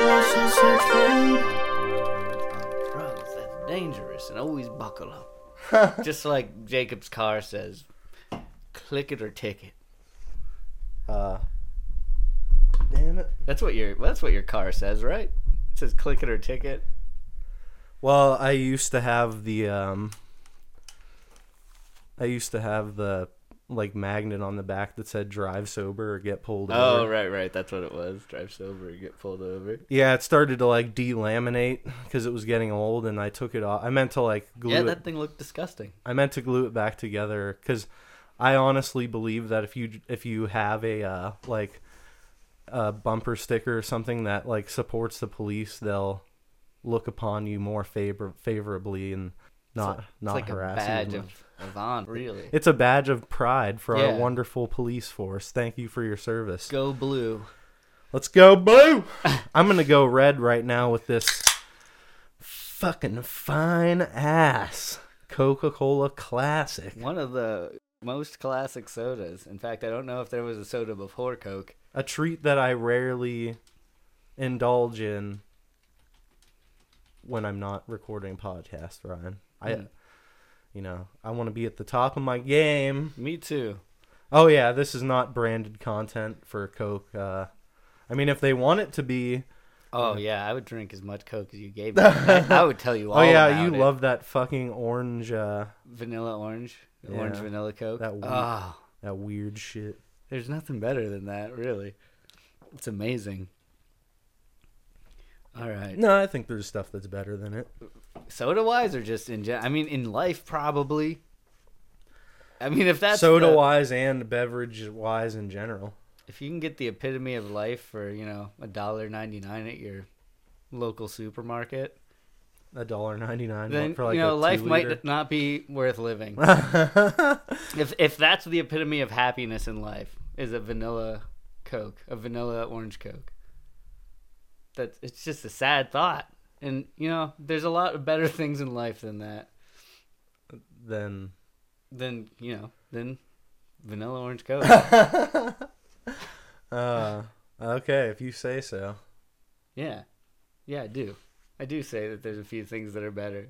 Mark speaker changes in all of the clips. Speaker 1: search for drugs. That's dangerous, and always buckle up. Just like Jacob's car says, click it or tick it.
Speaker 2: Uh, damn it.
Speaker 1: That's what your that's what your car says, right? It says click it or tick it.
Speaker 2: Well, I used to have the um I used to have the like magnet on the back that said drive sober or get pulled
Speaker 1: Oh,
Speaker 2: over.
Speaker 1: right, right. That's what it was. Drive sober, and get pulled over.
Speaker 2: Yeah, it started to like delaminate cuz it was getting old and I took it off. I meant to like glue
Speaker 1: yeah,
Speaker 2: it
Speaker 1: that thing looked disgusting.
Speaker 2: I meant to glue it back together cuz I honestly believe that if you if you have a uh like a bumper sticker or something that like supports the police, they'll look upon you more favor favorably and not not
Speaker 1: it's like
Speaker 2: harass
Speaker 1: a
Speaker 2: you as
Speaker 1: badge
Speaker 2: much.
Speaker 1: of, of honor, really.
Speaker 2: It's a badge of pride for
Speaker 1: Yeah.
Speaker 2: our wonderful police force. Thank you for your service.
Speaker 1: Go blue.
Speaker 2: Let's go blue. I'm gonna go red right now with this fucking fine ass Coca-Cola Classic.
Speaker 1: One of the most classic sodas. In fact, I don't know if there was a soda before Coke.
Speaker 2: A treat that I rarely indulge in when I'm not recording a podcast, Ryan. I
Speaker 1: Mm.
Speaker 2: you know, I want to be at the top of my game.
Speaker 1: Me too.
Speaker 2: Oh yeah, this is not branded content for Coke. Uh, I mean, if they want it to be,
Speaker 1: Oh yeah, I would drink as much Coke as you gave me. I, I would tell you all.
Speaker 2: oh yeah,
Speaker 1: about
Speaker 2: you
Speaker 1: it.
Speaker 2: love that fucking orange, uh,
Speaker 1: vanilla orange,
Speaker 2: Yeah.
Speaker 1: orange vanilla Coke.
Speaker 2: That weird-
Speaker 1: oh,
Speaker 2: that weird shit.
Speaker 1: there's nothing better than that, really. It's amazing. All right.
Speaker 2: No, I think there's stuff that's better than it.
Speaker 1: soda wise or just in general? I mean, in life probably. I mean, if that's
Speaker 2: Soda
Speaker 1: the-
Speaker 2: wise and beverage wise in general.
Speaker 1: if you can get the epitome of life for you know a dollar ninety nine at your local supermarket,
Speaker 2: A dollar ninety nine
Speaker 1: then
Speaker 2: for like
Speaker 1: you know
Speaker 2: a
Speaker 1: life
Speaker 2: two
Speaker 1: might not be worth living.
Speaker 2: liter.
Speaker 1: if if that's the epitome of happiness in life is a vanilla Coke, a vanilla orange Coke. That's it's just a sad thought, and you know there's a lot of better things in life than that.
Speaker 2: then
Speaker 1: Than you know than vanilla orange Coke.
Speaker 2: uh, okay, if you say so.
Speaker 1: Yeah. Yeah, I do. I do say that there's a few things that are better.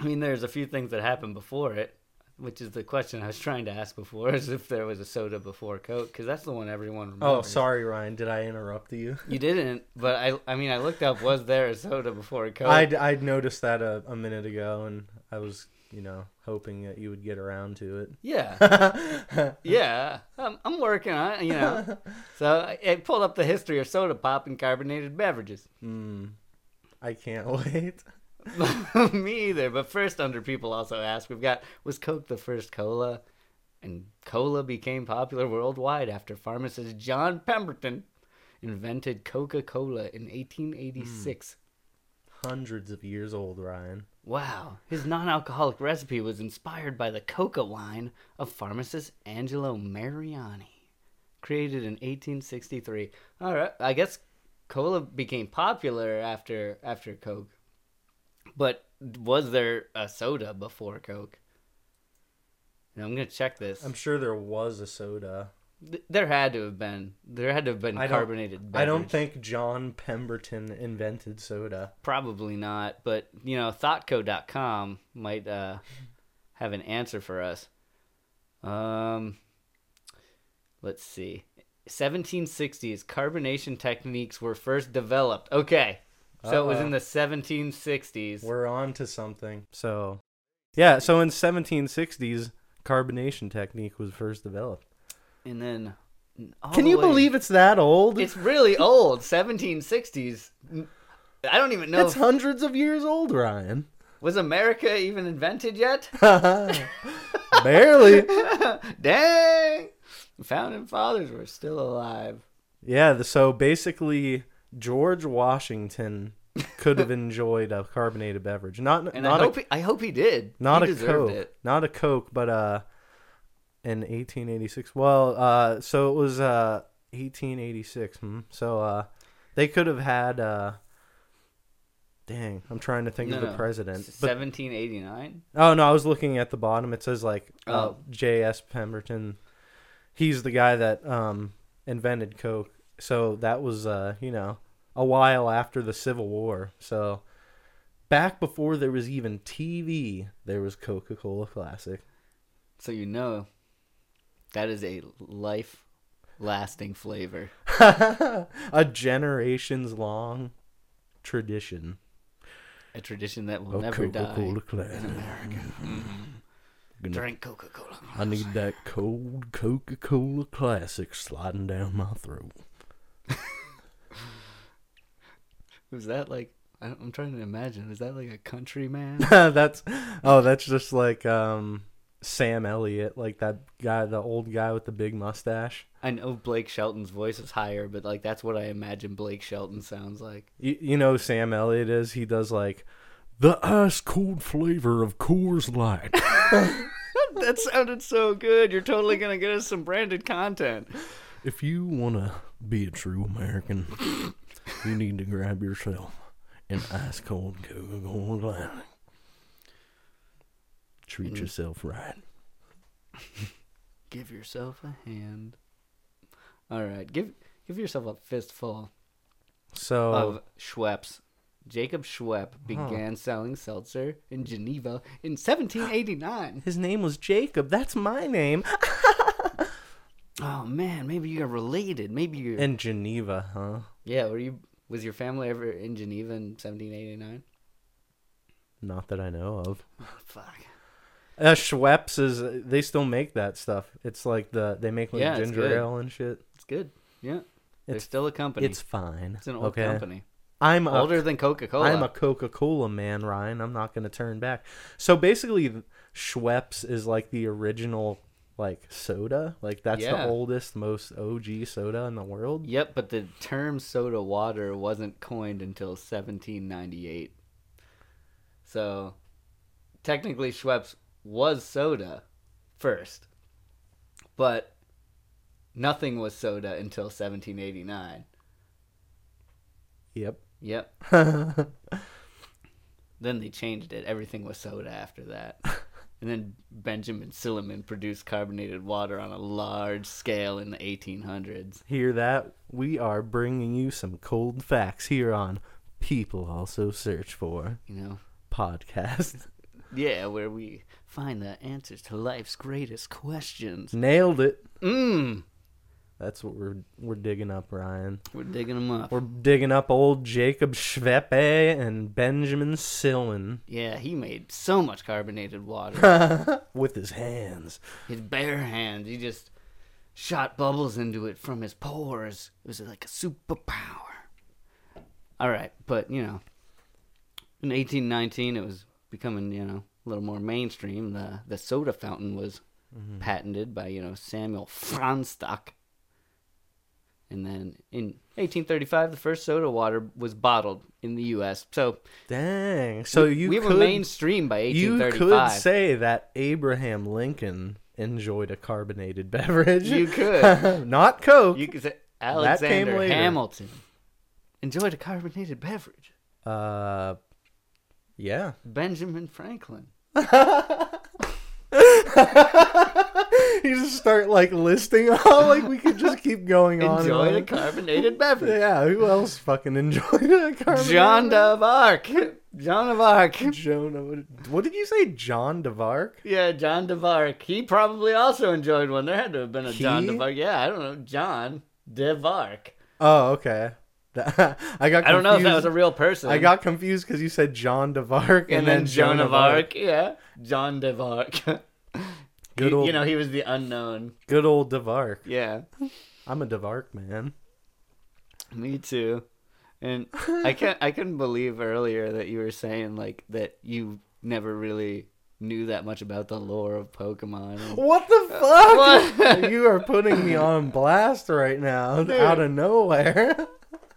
Speaker 1: I mean, there's a few things that happened before it, which is the question I was trying to ask before is if there was a soda before Coke, because that's the one everyone remembers.
Speaker 2: Oh, sorry, Ryan. Did I interrupt you?
Speaker 1: You didn't, but I I mean, I looked up was there a soda before Coke?
Speaker 2: I'd, I'd noticed that a, a minute ago, and I was, you know, hoping that you would get around to it.
Speaker 1: Yeah.
Speaker 2: yeah.
Speaker 1: Yeah. I'm, I'm working on it, you know. so I, I pulled up the history of soda pop and carbonated beverages.
Speaker 2: Mm, I can't wait.
Speaker 1: Me either. But first, under people also ask, we've got was Coke the first cola? And cola became popular worldwide after pharmacist John Pemberton invented Coca Cola in 1886.
Speaker 2: Hundreds of years old, Ryan.
Speaker 1: Wow. His non alcoholic recipe was inspired by the coca wine of pharmacist Angelo Mariani, created in 1863. All right. I guess cola became popular after after Coke. But was there a soda before Coke? Now, I'm going to check this.
Speaker 2: I'm sure there was a soda.
Speaker 1: Th- There had to have been. There had to have been
Speaker 2: I don't-
Speaker 1: carbonated
Speaker 2: I don't
Speaker 1: beverage.
Speaker 2: think John Pemberton invented soda.
Speaker 1: Probably not, but you know, thoughtco.com might uh, have an answer for us. Um, let's see. 1760s carbonation techniques were first developed. Okay. So it was
Speaker 2: Uh-oh.
Speaker 1: in the 1760s.
Speaker 2: We're on to something. So, yeah, so in 1760s, carbonation technique was first developed.
Speaker 1: and then all
Speaker 2: Can
Speaker 1: the
Speaker 2: you
Speaker 1: way-
Speaker 2: believe it's that old?
Speaker 1: it's really old, 1760s. I don't even know
Speaker 2: It's
Speaker 1: if-
Speaker 2: hundreds of years old, Ryan.
Speaker 1: was America even invented yet?
Speaker 2: Barely.
Speaker 1: Dang! Founding fathers were still alive.
Speaker 2: Yeah, the- so basically George Washington could have enjoyed a carbonated beverage. Not
Speaker 1: And
Speaker 2: not
Speaker 1: I
Speaker 2: a
Speaker 1: hope he, I hope he did.
Speaker 2: not
Speaker 1: he
Speaker 2: a Coke. Not a Coke, but uh in 1886. Well, uh so it was uh 1886. Hmm? So uh they could have had uh Dang, I'm trying to think
Speaker 1: No,
Speaker 2: of the
Speaker 1: no.
Speaker 2: president. But
Speaker 1: 1789.
Speaker 2: oh no, I was looking at the bottom. It says like uh,
Speaker 1: Oh.
Speaker 2: J.S. Pemberton. He's the guy that um invented Coke. So that was uh, you know, a while after the Civil War. So back before there was even TV, there was Coca Cola Classic.
Speaker 1: So you know that is a life lasting flavor.
Speaker 2: a generations long tradition.
Speaker 1: A tradition that will
Speaker 2: of
Speaker 1: never die.
Speaker 2: Oh, Coca-Cola Classic. Gonna-
Speaker 1: Drink Coca Cola.
Speaker 2: I need that cold Coca Cola Classic sliding down my throat.
Speaker 1: Was that like I don't- I'm trying to imagine? Is that like a country man?
Speaker 2: that's oh, that's just like um, Sam Elliott, like that guy, the old guy with the big mustache.
Speaker 1: I know Blake Shelton's voice is higher, but like that's what I imagine Blake Shelton sounds like.
Speaker 2: You, you know who Sam Elliott is? He does like the ice cold flavor of Coors Light.
Speaker 1: that sounded so good. You're totally gonna get us some branded content.
Speaker 2: if you want to be a true American, you need to grab yourself an ice cold Coca Cola Classic. Treat yourself right.
Speaker 1: Give yourself a hand. All right, give give yourself a fistful
Speaker 2: So
Speaker 1: of Schweppes. Jacob Schwepp began selling seltzer in Geneva in 1789.
Speaker 2: His name was Jacob. That's my name.
Speaker 1: Oh man, maybe you're related. Maybe you're
Speaker 2: In Geneva, huh?
Speaker 1: yeah. Were you was your family ever in Geneva in 1789?
Speaker 2: Not that I know of.
Speaker 1: Fuck.
Speaker 2: Uh, Schweppes is. They still make that stuff. It's like the they make like
Speaker 1: Yeah, it's
Speaker 2: ginger
Speaker 1: good.
Speaker 2: ale and shit.
Speaker 1: It's good. Yeah. They're
Speaker 2: It's-
Speaker 1: still a company.
Speaker 2: It's fine.
Speaker 1: It's an old
Speaker 2: okay?
Speaker 1: company.
Speaker 2: I'm a,
Speaker 1: Older than Coca Cola.
Speaker 2: I'm a Coca Cola man, Ryan. I'm not gonna turn back. So basically, Schweppes is like the original like soda. Like that's
Speaker 1: Yeah.
Speaker 2: the oldest, most OG soda in the world.
Speaker 1: Yep, but the term soda water wasn't coined until 1798. So technically, Schweppes was soda first, but nothing was soda until 1789.
Speaker 2: Yep.
Speaker 1: Yep. Then they changed it. Everything was soda after that. And then Benjamin Silliman produced carbonated water on a large scale in the 1800s.
Speaker 2: Hear that? We are bringing you some cold facts here on People Also Search For
Speaker 1: You know,
Speaker 2: podcast.
Speaker 1: Yeah, where we find the answers to life's greatest questions.
Speaker 2: Nailed it.
Speaker 1: Mmm.
Speaker 2: That's what we're we're digging up, Ryan.
Speaker 1: We're digging them up.
Speaker 2: We're digging up old Jacob Schweppe and Benjamin Sillen
Speaker 1: yeah, he made so much carbonated water.
Speaker 2: with his hands.
Speaker 1: his bare hands, he just shot bubbles into it from his pores. It was like a superpower. All right, but, you know, in 1819, it was becoming, you know, a little more mainstream. The, the soda fountain was patented by, you know, Samuel Franstock. And then in 1835, the first soda water was bottled in the U.S. So
Speaker 2: Dang. So you
Speaker 1: we were
Speaker 2: could
Speaker 1: mainstream by
Speaker 2: you
Speaker 1: 1835.
Speaker 2: could say that Abraham Lincoln enjoyed a carbonated beverage.
Speaker 1: You could.
Speaker 2: Not Coke.
Speaker 1: You could say
Speaker 2: came
Speaker 1: Alexander
Speaker 2: later.
Speaker 1: Hamilton enjoyed a carbonated beverage.
Speaker 2: Uh yeah.
Speaker 1: Benjamin Franklin.
Speaker 2: you just start like listing all like we could just keep going on. and
Speaker 1: Enjoyed a
Speaker 2: on.
Speaker 1: carbonated beverage.
Speaker 2: Yeah, who else fucking enjoyed a carbonated?
Speaker 1: John of Arc. John of Arc.
Speaker 2: Joan of- What did you say, John DeVark?
Speaker 1: Yeah, John of Arc. He probably also enjoyed one. There had to have been a John
Speaker 2: He?
Speaker 1: of Arc. Yeah, I don't know. John of Arc.
Speaker 2: Oh, okay. That- I got. Confused.
Speaker 1: I don't know if that was a real person.
Speaker 2: I got confused because you said John DeVark and,
Speaker 1: and, then, Joan of
Speaker 2: Arc.
Speaker 1: Arc. Yeah, John of Arc.
Speaker 2: Good
Speaker 1: You-
Speaker 2: old-
Speaker 1: you know, he was the unknown.
Speaker 2: Good old DeVark.
Speaker 1: Yeah.
Speaker 2: I'm a DeVark man.
Speaker 1: Me too. And I can't I couldn't believe earlier that you were saying like that you never really knew that much about the lore of Pokemon. And-
Speaker 2: What the fuck?
Speaker 1: What?
Speaker 2: you are putting me on blast right now, out of nowhere.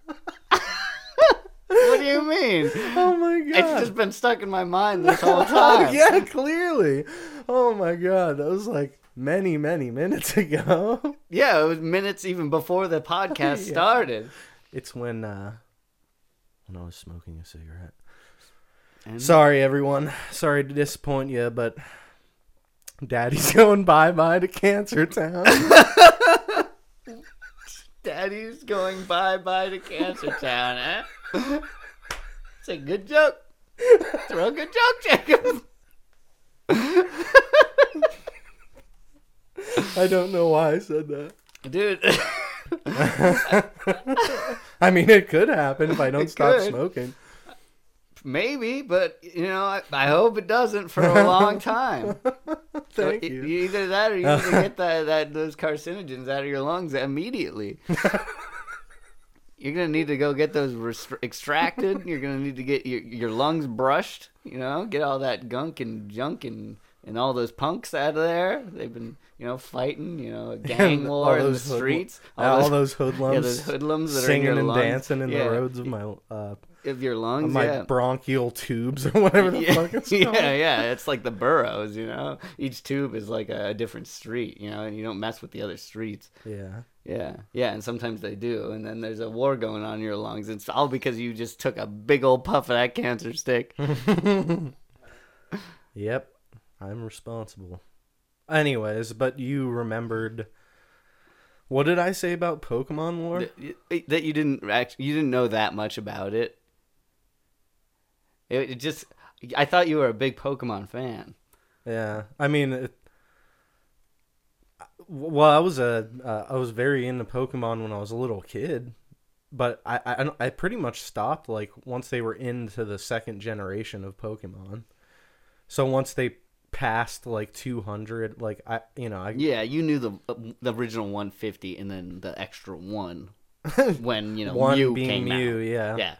Speaker 1: what do you mean?
Speaker 2: oh my god.
Speaker 1: It's just been stuck in my mind this whole
Speaker 2: Oh,
Speaker 1: time.
Speaker 2: yeah, clearly. Oh my god, that was like many, many minutes ago.
Speaker 1: Yeah, it was minutes even before the podcast
Speaker 2: Yeah.
Speaker 1: started.
Speaker 2: It's when uh when I was smoking a cigarette.
Speaker 1: And-
Speaker 2: Sorry everyone. Sorry to disappoint you, but Daddy's going bye bye to Cancer Town.
Speaker 1: Daddy's going bye bye to Cancer Town, eh? It's a good joke. It's a real good joke, Jacob.
Speaker 2: I don't know why I said that.
Speaker 1: Dude,
Speaker 2: I mean, it could happen if I don't
Speaker 1: It
Speaker 2: stop
Speaker 1: could.
Speaker 2: smoking.
Speaker 1: maybe, but you know, I, I hope it doesn't for a long time. So
Speaker 2: Thank
Speaker 1: e-
Speaker 2: you.
Speaker 1: Either that, or you need to get that, that those carcinogens out of your lungs immediately. You're gonna need to go get those restr extracted. You're gonna need to get your, your lungs brushed. You know, get all that gunk and junk and and all those punks out of there. They've been you know fighting. You know, a gang
Speaker 2: And all
Speaker 1: war in the
Speaker 2: those hoodlum-
Speaker 1: streets.
Speaker 2: All, those hoodlums,
Speaker 1: yeah, those hoodlums that are in
Speaker 2: singing
Speaker 1: your
Speaker 2: and
Speaker 1: lungs.
Speaker 2: dancing in
Speaker 1: Yeah.
Speaker 2: the roads of my uh,
Speaker 1: of your
Speaker 2: of
Speaker 1: lungs.
Speaker 2: my
Speaker 1: yeah.
Speaker 2: bronchial tubes or whatever the
Speaker 1: yeah,
Speaker 2: fuck it's called.
Speaker 1: yeah, yeah, it's like the boroughs, you know. Each tube is like a different street, you know, and you don't mess with the other streets.
Speaker 2: Yeah.
Speaker 1: Yeah, yeah, and sometimes they do, and then there's a war going on in your lungs. It's all because you just took a big old puff of that cancer stick.
Speaker 2: Yep. I'm responsible. Anyways, but you remembered. What did I say about Pokemon lore?
Speaker 1: that that you didn't act- you didn't know that much about it. It, it just, I thought you were a big Pokemon fan.
Speaker 2: Yeah, I mean, it, well, I was a uh, I was very into Pokemon when I was a little kid, but I, I don't- I pretty much stopped like once they were into the second generation of Pokemon. So once they passed like two hundred, like I you know I
Speaker 1: Yeah, you knew the uh, the original 150 and then the extra one when you know
Speaker 2: one
Speaker 1: Mew
Speaker 2: being
Speaker 1: came
Speaker 2: Mew,
Speaker 1: out.
Speaker 2: yeah.
Speaker 1: Yeah,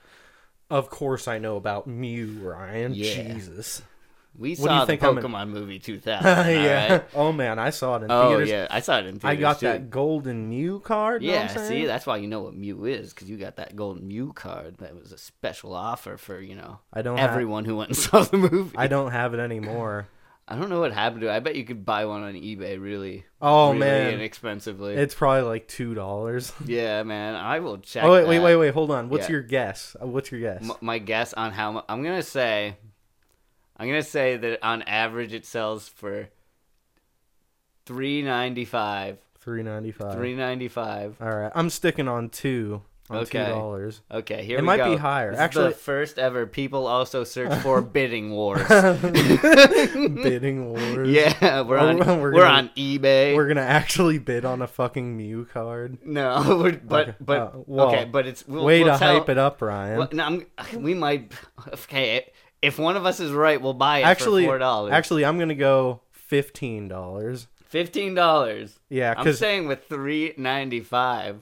Speaker 2: Of course, I know about Mew, Ryan.
Speaker 1: Yeah.
Speaker 2: Jesus,
Speaker 1: we
Speaker 2: What do
Speaker 1: saw
Speaker 2: you think
Speaker 1: the
Speaker 2: I'm in-
Speaker 1: Pokemon movie 2000. all
Speaker 2: yeah.
Speaker 1: right?
Speaker 2: Oh man, I saw it in
Speaker 1: Oh
Speaker 2: theaters.
Speaker 1: yeah, I saw it in theaters
Speaker 2: I got
Speaker 1: too.
Speaker 2: that golden Mew card. know what I'm
Speaker 1: Yeah,
Speaker 2: saying?
Speaker 1: see, that's why you know what Mew is because you got that gold Mew card that was a special offer for you know
Speaker 2: I don't have-
Speaker 1: everyone who went and saw the movie.
Speaker 2: I
Speaker 1: I,
Speaker 2: don't have it anymore.
Speaker 1: don't know what happened to it. I bet you could buy one on eBay really.
Speaker 2: Oh,
Speaker 1: really
Speaker 2: man.
Speaker 1: inexpensively.
Speaker 2: It's probably like two dollars.
Speaker 1: yeah, man, I will check.
Speaker 2: Oh wait, wait,
Speaker 1: that.
Speaker 2: wait, wait. Hold on. What's
Speaker 1: Yeah.
Speaker 2: your guess? Uh, What's your guess?
Speaker 1: M- my guess on how much I'm gonna say, I'm gonna say that on average it sells for three ninety five.
Speaker 2: Three ninety five.
Speaker 1: Three ninety five.
Speaker 2: All right, I'm sticking on two. On
Speaker 1: Okay.
Speaker 2: two dollars.
Speaker 1: Okay, here
Speaker 2: It
Speaker 1: we
Speaker 2: might
Speaker 1: go.
Speaker 2: be higher.
Speaker 1: This is
Speaker 2: Actually-
Speaker 1: the first ever people also search for bidding wars.
Speaker 2: Bidding wars.
Speaker 1: Yeah, we're on
Speaker 2: Oh, We're-
Speaker 1: we're,
Speaker 2: we're gonna-
Speaker 1: on eBay.
Speaker 2: We're gonna actually bid on a fucking Mew card.
Speaker 1: no, we're, but
Speaker 2: Okay,
Speaker 1: but
Speaker 2: uh, well,
Speaker 1: okay, but it's we'll,
Speaker 2: Way
Speaker 1: we'll
Speaker 2: to
Speaker 1: tell-
Speaker 2: hype it up, Ryan.
Speaker 1: Well, no, I'm, we might. Okay, if one of us is right, we'll buy it
Speaker 2: actually,
Speaker 1: for four dollars.
Speaker 2: actually, I'm gonna go fifteen dollars.
Speaker 1: fifteen dollars.
Speaker 2: Yeah,
Speaker 1: I'm
Speaker 2: because
Speaker 1: saying with three ninety five,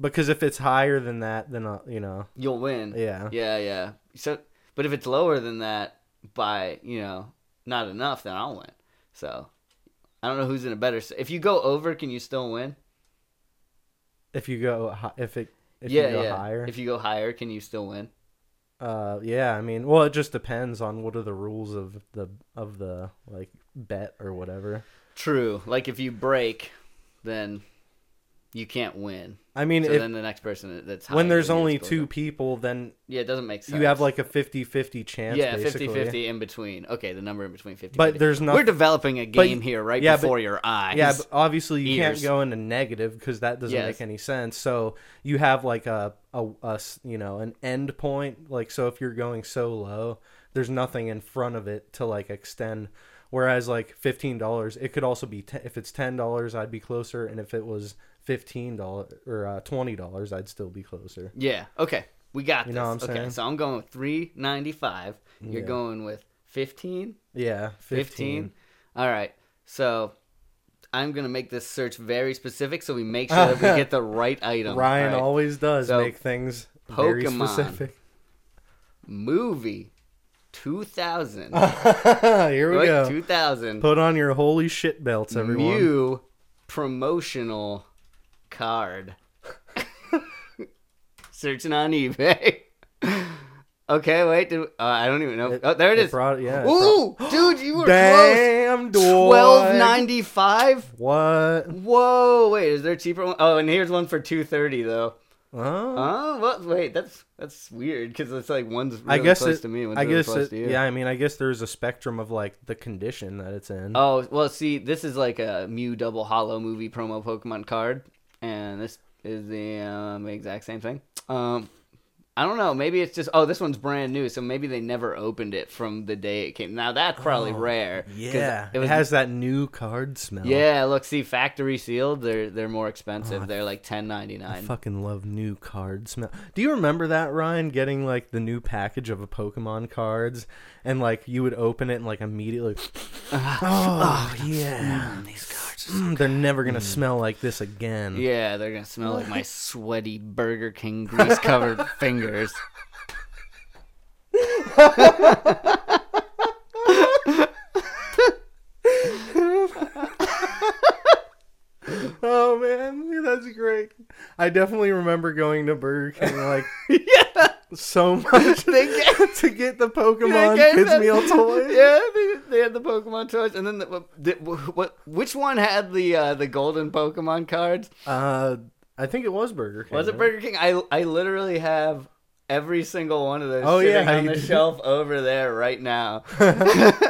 Speaker 2: because if it's higher than that, then uh, you know,
Speaker 1: you'll win.
Speaker 2: yeah,
Speaker 1: yeah, yeah. So, but if it's lower than that by you know not enough, then I'll win. So, I don't know who's in a better. s- If you go over, can you still win?
Speaker 2: if you go, hi- if it, if
Speaker 1: yeah,
Speaker 2: you go
Speaker 1: yeah.
Speaker 2: higher,
Speaker 1: If you go higher, can you still win?
Speaker 2: Uh, yeah, I mean, well, it just depends on what are the rules of the of the like bet or whatever.
Speaker 1: True. Like if you break, then you can't win.
Speaker 2: I mean,
Speaker 1: So
Speaker 2: if,
Speaker 1: then the next person that's higher
Speaker 2: when there's
Speaker 1: gets
Speaker 2: only
Speaker 1: to go
Speaker 2: two
Speaker 1: down.
Speaker 2: people, then
Speaker 1: yeah, it doesn't make sense.
Speaker 2: you have like a 50-50 chance.
Speaker 1: yeah,
Speaker 2: basically.
Speaker 1: 50-50 in between. Okay, the number in between 50.
Speaker 2: But there's not-
Speaker 1: We're developing a
Speaker 2: but-
Speaker 1: game here right
Speaker 2: yeah, but-
Speaker 1: before your eyes.
Speaker 2: Yeah, but obviously you
Speaker 1: Ears.
Speaker 2: can't go into negative because that doesn't
Speaker 1: Yes.
Speaker 2: make any sense. So you have like a, a a s- you know an end point. Like so, if you're going so low, there's nothing in front of it to like extend. Whereas like fifteen dollars, it could also be te- if it's ten dollars, I'd be closer, and if it was fifteen dollars or uh, twenty dollars, I'd still be closer.
Speaker 1: Yeah. Okay. We got
Speaker 2: You
Speaker 1: this.
Speaker 2: know what I'm
Speaker 1: okay.
Speaker 2: saying?
Speaker 1: So I'm going with 395. You're
Speaker 2: Yeah.
Speaker 1: going with 15,
Speaker 2: Yeah,
Speaker 1: 15.
Speaker 2: fifteen.
Speaker 1: All right. So I'm going to make this search very specific so we make sure that we get the right item.
Speaker 2: Ryan
Speaker 1: All right.
Speaker 2: always does
Speaker 1: So,
Speaker 2: make things very
Speaker 1: Pokemon.
Speaker 2: specific.
Speaker 1: movie 2000.
Speaker 2: Here we
Speaker 1: Right?
Speaker 2: go.
Speaker 1: 2000.
Speaker 2: Put on your holy shit belts, everyone.
Speaker 1: Mew promotional card. Searching on eBay. okay, wait. Did, uh, I don't even know. oh, there it
Speaker 2: it
Speaker 1: is.
Speaker 2: brought- yeah, it
Speaker 1: Ooh, dude, you were
Speaker 2: Damn,
Speaker 1: close.
Speaker 2: dog.
Speaker 1: Twelve ninety five.
Speaker 2: What?
Speaker 1: Whoa, wait. Is there a cheaper one? Oh, and here's one for two thirty though.
Speaker 2: Huh?
Speaker 1: Oh, what? Wait, that's that's weird because it's like one's really
Speaker 2: I guess
Speaker 1: close
Speaker 2: it,
Speaker 1: to me. and One's
Speaker 2: I
Speaker 1: really
Speaker 2: guess
Speaker 1: close
Speaker 2: it,
Speaker 1: to you.
Speaker 2: yeah. I mean, I guess there's a spectrum of like the condition that it's in.
Speaker 1: Oh well, see, this is like a Mew Double Hollow movie promo Pokemon card, and this is the um, exact same thing. Um, I don't know. Maybe it's just oh, this one's brand new, so maybe they never opened it from the day it came. Now that's probably
Speaker 2: Oh,
Speaker 1: rare. 'cause
Speaker 2: Yeah,
Speaker 1: it
Speaker 2: it,
Speaker 1: was.
Speaker 2: has that new card smell.
Speaker 1: yeah, look, see, factory sealed. They're they're more expensive.
Speaker 2: Oh, I
Speaker 1: they're like ten ninety
Speaker 2: I
Speaker 1: nine.
Speaker 2: fucking love new card smell. Do you remember that Ryan getting like the new package of a Pokemon cards, and like you would open it and like immediately, oh yeah,
Speaker 1: These cards.
Speaker 2: Mm, they're never gonna smell like this again.
Speaker 1: Yeah, they're gonna smell like my sweaty Burger King grease covered fingers.
Speaker 2: Oh man, that's great. I definitely remember going to Burger King like
Speaker 1: yeah,
Speaker 2: so much
Speaker 1: they get.
Speaker 2: to get the
Speaker 1: They
Speaker 2: Pokemon
Speaker 1: gave
Speaker 2: kids
Speaker 1: them-
Speaker 2: meal toys.
Speaker 1: Yeah, they, they had the Pokemon toys, and then the, what, the, what? Which one had the uh, the golden Pokemon cards?
Speaker 2: Uh, I think it was Burger King.
Speaker 1: Was it Burger King? I I literally have every single one of those
Speaker 2: Oh, yeah,
Speaker 1: sitting on
Speaker 2: you
Speaker 1: the
Speaker 2: do.
Speaker 1: shelf over there right now.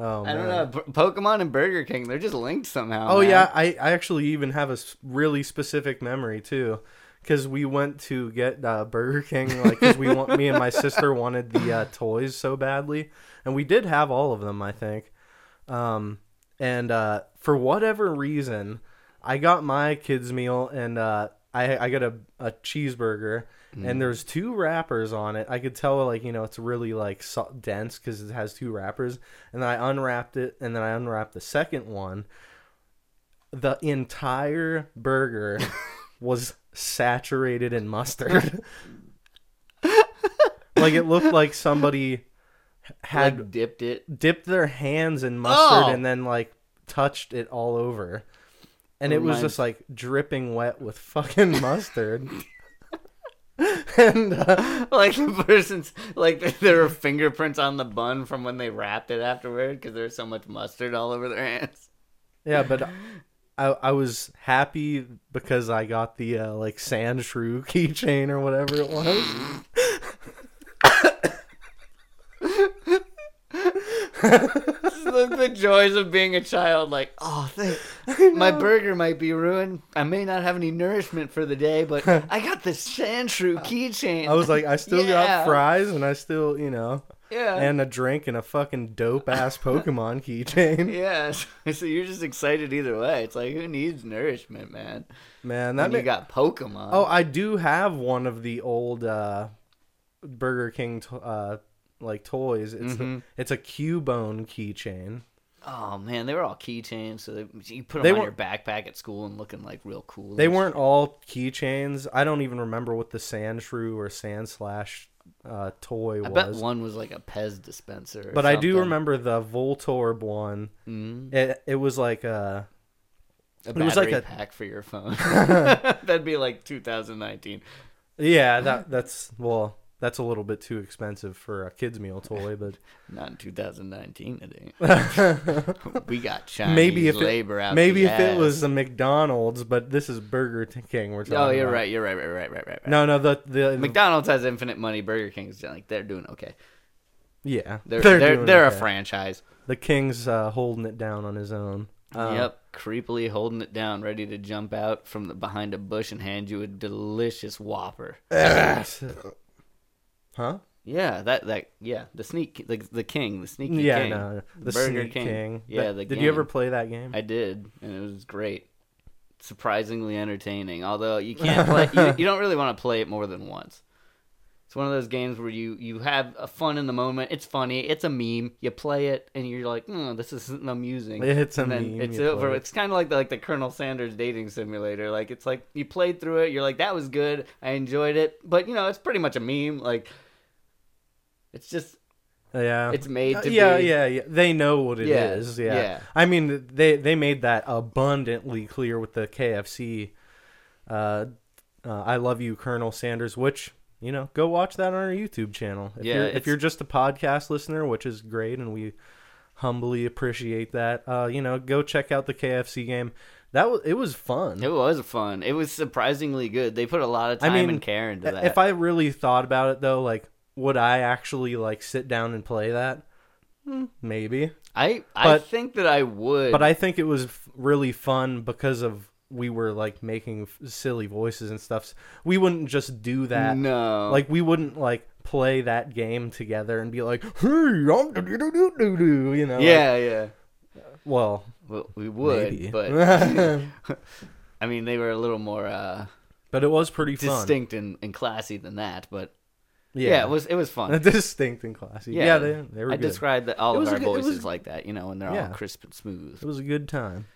Speaker 2: Oh,
Speaker 1: I don't
Speaker 2: man.
Speaker 1: know. P- Pokemon and Burger King, they're just linked somehow.
Speaker 2: Oh
Speaker 1: man.
Speaker 2: yeah, I, I actually even have a s- really specific memory too, because we went to get uh, Burger King like 'cause we want me and my sister wanted the uh, toys so badly, and we did have all of them I think, um, and uh, for whatever reason, I got my kids meal and uh, I I got a a cheeseburger. And there's two wrappers on it. I could tell, like you know, it's really like so- dense because it has two wrappers. And then I unwrapped it, and then I unwrapped the second one, the entire burger was saturated in mustard. like it looked like somebody had
Speaker 1: Like, dipped it.
Speaker 2: dipped their hands in mustard
Speaker 1: Oh.
Speaker 2: and then like touched it all over. And it was
Speaker 1: Reminds-
Speaker 2: just like dripping wet with fucking mustard. and uh,
Speaker 1: like the person's like there were fingerprints on the bun from when they wrapped it afterward because there was so much mustard all over their hands.
Speaker 2: yeah, but I I was happy because I got the uh, like sand shrew keychain or whatever it was.
Speaker 1: the, the joys of being a child, like oh, thank, my burger might be ruined. I may not have any nourishment for the day, but I got this Sandshrew keychain.
Speaker 2: I was like, I still
Speaker 1: Yeah. Uh-huh.
Speaker 2: got fries and I still, you know,
Speaker 1: yeah,
Speaker 2: and a drink and a fucking dope ass Pokemon keychain.
Speaker 1: yeah. So, so you're just excited either way. It's like who needs nourishment, man?
Speaker 2: Man,
Speaker 1: Then
Speaker 2: that
Speaker 1: you
Speaker 2: ma-
Speaker 1: got Pokemon.
Speaker 2: Oh, I do have one of the old uh, Burger King to- uh, like toys. It's
Speaker 1: Mhm.
Speaker 2: the, it's a Cubone keychain.
Speaker 1: Oh, man, they were all keychains, so they, you put them
Speaker 2: They
Speaker 1: on
Speaker 2: were-
Speaker 1: your backpack at school and looking like real cool.
Speaker 2: They
Speaker 1: and
Speaker 2: weren't all keychains. I don't even remember what the Sand Shrew or Sand Slash uh, toy
Speaker 1: I
Speaker 2: was.
Speaker 1: bet one was like a Pez dispenser. or
Speaker 2: but I do
Speaker 1: something.
Speaker 2: remember the Voltorb one.
Speaker 1: Mm,
Speaker 2: It, it was like uh
Speaker 1: a
Speaker 2: was like
Speaker 1: battery
Speaker 2: a-
Speaker 1: pack for your phone. That'd be like 2019.
Speaker 2: yeah that that's well that's a little bit too expensive for a kids meal toy, but
Speaker 1: Not in 2019 today. we got Chinese
Speaker 2: maybe if
Speaker 1: labor
Speaker 2: it,
Speaker 1: out.
Speaker 2: maybe
Speaker 1: the
Speaker 2: if it
Speaker 1: ass.
Speaker 2: was the McDonald's, but this is Burger King. We're talking
Speaker 1: Oh, you're
Speaker 2: about.
Speaker 1: right. You're right. Right. Right. Right. Right. right.
Speaker 2: No, no, the the
Speaker 1: McDonald's has infinite money. Burger King's like they're doing okay.
Speaker 2: yeah,
Speaker 1: They're they're they're,
Speaker 2: doing
Speaker 1: a
Speaker 2: okay.
Speaker 1: franchise.
Speaker 2: The king's uh, holding it down on his own. Um,
Speaker 1: yep, creepily holding it down, ready to jump out from the, behind a bush and hand you a delicious Whopper.
Speaker 2: Huh?
Speaker 1: Yeah, that that yeah, the sneak the the king, the sneaky
Speaker 2: Yeah,
Speaker 1: king.
Speaker 2: no, the
Speaker 1: Burger
Speaker 2: Sneak
Speaker 1: King.
Speaker 2: King.
Speaker 1: Yeah,
Speaker 2: That-
Speaker 1: the
Speaker 2: did you ever
Speaker 1: game.
Speaker 2: play that game?
Speaker 1: I did, and it was great. Surprisingly entertaining, although you can't play. you, you don't really want to play it more than once. It's one of those games where you you have a fun in the moment. It's funny. It's a meme. You play it, and you're like, mm, "This isn't amusing."
Speaker 2: It's a
Speaker 1: and then
Speaker 2: meme,
Speaker 1: It's
Speaker 2: you
Speaker 1: over.
Speaker 2: play it.
Speaker 1: It's kind of like the, like the Colonel Sanders dating simulator. Like it's like you played through it. You're like, "That was good. I enjoyed it," but you know, it's pretty much a meme. Like it's just
Speaker 2: yeah, Uh,
Speaker 1: it's made to
Speaker 2: yeah,
Speaker 1: be.
Speaker 2: yeah, yeah. They know what it is.
Speaker 1: Yeah,
Speaker 2: yeah,
Speaker 1: yeah.
Speaker 2: I mean, they they made that abundantly clear with the KFC. Uh, uh, I love you, Colonel Sanders. Which you know, go watch that on our YouTube channel. If
Speaker 1: Yeah,
Speaker 2: you're,
Speaker 1: it's-
Speaker 2: if you're just a podcast listener, which is great, and we humbly appreciate that. Uh, you know, go check out the KFC game. That was it was fun.
Speaker 1: It was fun. It was surprisingly good. They put a lot of
Speaker 2: I
Speaker 1: time
Speaker 2: mean,
Speaker 1: and care into that.
Speaker 2: If I really thought about it though, like, would I actually like sit down and play that? Hmm, Maybe.
Speaker 1: I I
Speaker 2: But-
Speaker 1: think that I would.
Speaker 2: but I think it was f- really fun because of we were like making f- silly voices and stuff, we wouldn't just do that.
Speaker 1: No.
Speaker 2: Like we wouldn't like play that game together and be like, "Hey, I'm do do do do do," you know.
Speaker 1: yeah, yeah.
Speaker 2: like, well,
Speaker 1: Well, we would,
Speaker 2: Maybe.
Speaker 1: but I mean, they were a little more uh,
Speaker 2: but it was pretty fun.
Speaker 1: distinct and, and classy than that. But yeah,
Speaker 2: Yeah.
Speaker 1: it was it was fun.
Speaker 2: distinct and classy. Yeah, they, they were
Speaker 1: I
Speaker 2: good.
Speaker 1: described that all
Speaker 2: It
Speaker 1: of
Speaker 2: was a
Speaker 1: our
Speaker 2: good- it was-
Speaker 1: voices like that, you know, and they're
Speaker 2: Yeah.
Speaker 1: all crisp and smooth.
Speaker 2: it was a good time.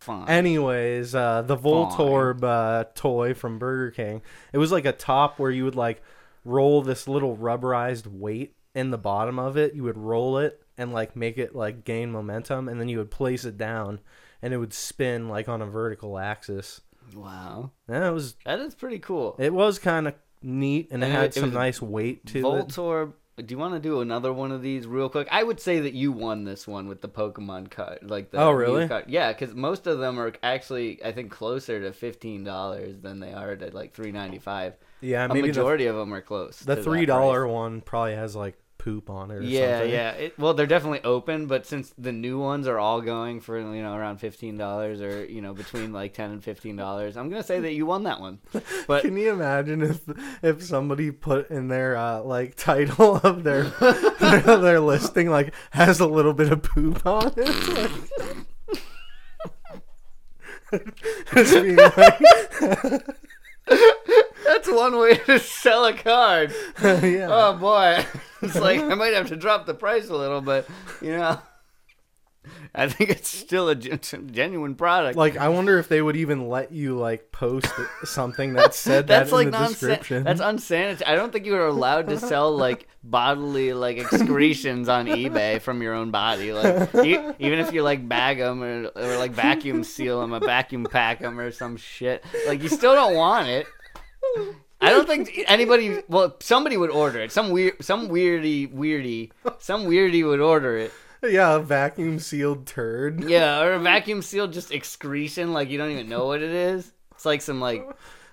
Speaker 1: Fun.
Speaker 2: Anyways, uh, the Voltorb uh, toy from Burger King. It was like a top where you would like roll this little rubberized weight in the bottom of it. You would roll it and like make it like gain momentum, and then you would place it down, and it would spin like on a vertical axis.
Speaker 1: wow,
Speaker 2: And it was
Speaker 1: that is pretty cool.
Speaker 2: it was kind of neat, and it
Speaker 1: And it-
Speaker 2: had
Speaker 1: it
Speaker 2: some
Speaker 1: was
Speaker 2: nice weight to it.
Speaker 1: Voltorb. Do you want to do another one of these real quick? I would say that you won this one with the Pokemon cut, like the
Speaker 2: Oh,
Speaker 1: Mew
Speaker 2: really?
Speaker 1: Cut. Yeah, because most of them are actually, I think, closer to fifteen dollars than they are to like three ninety five.
Speaker 2: Yeah,
Speaker 1: A
Speaker 2: maybe the
Speaker 1: majority of them are close. to
Speaker 2: The
Speaker 1: that
Speaker 2: three dollar
Speaker 1: price.
Speaker 2: one probably has like poop on it. Or
Speaker 1: Yeah,
Speaker 2: something.
Speaker 1: yeah. It, well, they're definitely open, but since the new ones are all going for you know around fifteen dollars or you know between like ten and fifteen dollars, I'm gonna say that you won that one. But
Speaker 2: Can you imagine if if somebody put in their uh, like title of their their, their listing like has a little bit of poop on it? Just being like,
Speaker 1: that's one way to sell a card.
Speaker 2: yeah.
Speaker 1: Oh boy, it's like I might have to drop the price a little, but you know, I think it's still a gen- genuine product.
Speaker 2: like I wonder if they would even let you like post something that said
Speaker 1: that's
Speaker 2: that
Speaker 1: like
Speaker 2: in the
Speaker 1: non
Speaker 2: description.
Speaker 1: that's unsanitary. I don't think you are allowed to sell like bodily like excretions on eBay from your own body. Like you, even if you like bag them or, or like vacuum seal them, a vacuum pack them or some shit, like you still don't want it. I don't think anybody. Well, somebody would order it. Some weird, some weirdy, weirdy, some weirdy would order it.
Speaker 2: yeah, a vacuum sealed turd.
Speaker 1: Yeah, or a vacuum sealed just excretion, like you don't even know what it is. It's like some like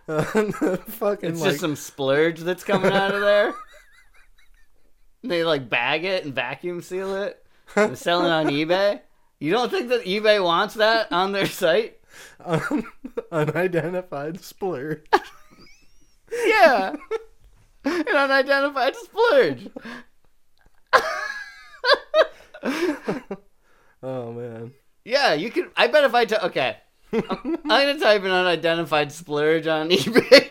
Speaker 2: Fucking
Speaker 1: It's
Speaker 2: like
Speaker 1: just some splurge that's coming out of there. they like bag it and vacuum seal it and sell it on eBay. You don't think that eBay wants that on their site?
Speaker 2: um, unidentified splurge.
Speaker 1: Yeah. An unidentified splurge.
Speaker 2: Oh man.
Speaker 1: Yeah, you could. I bet if I. T- okay. I'm, I'm going to type an unidentified splurge on eBay.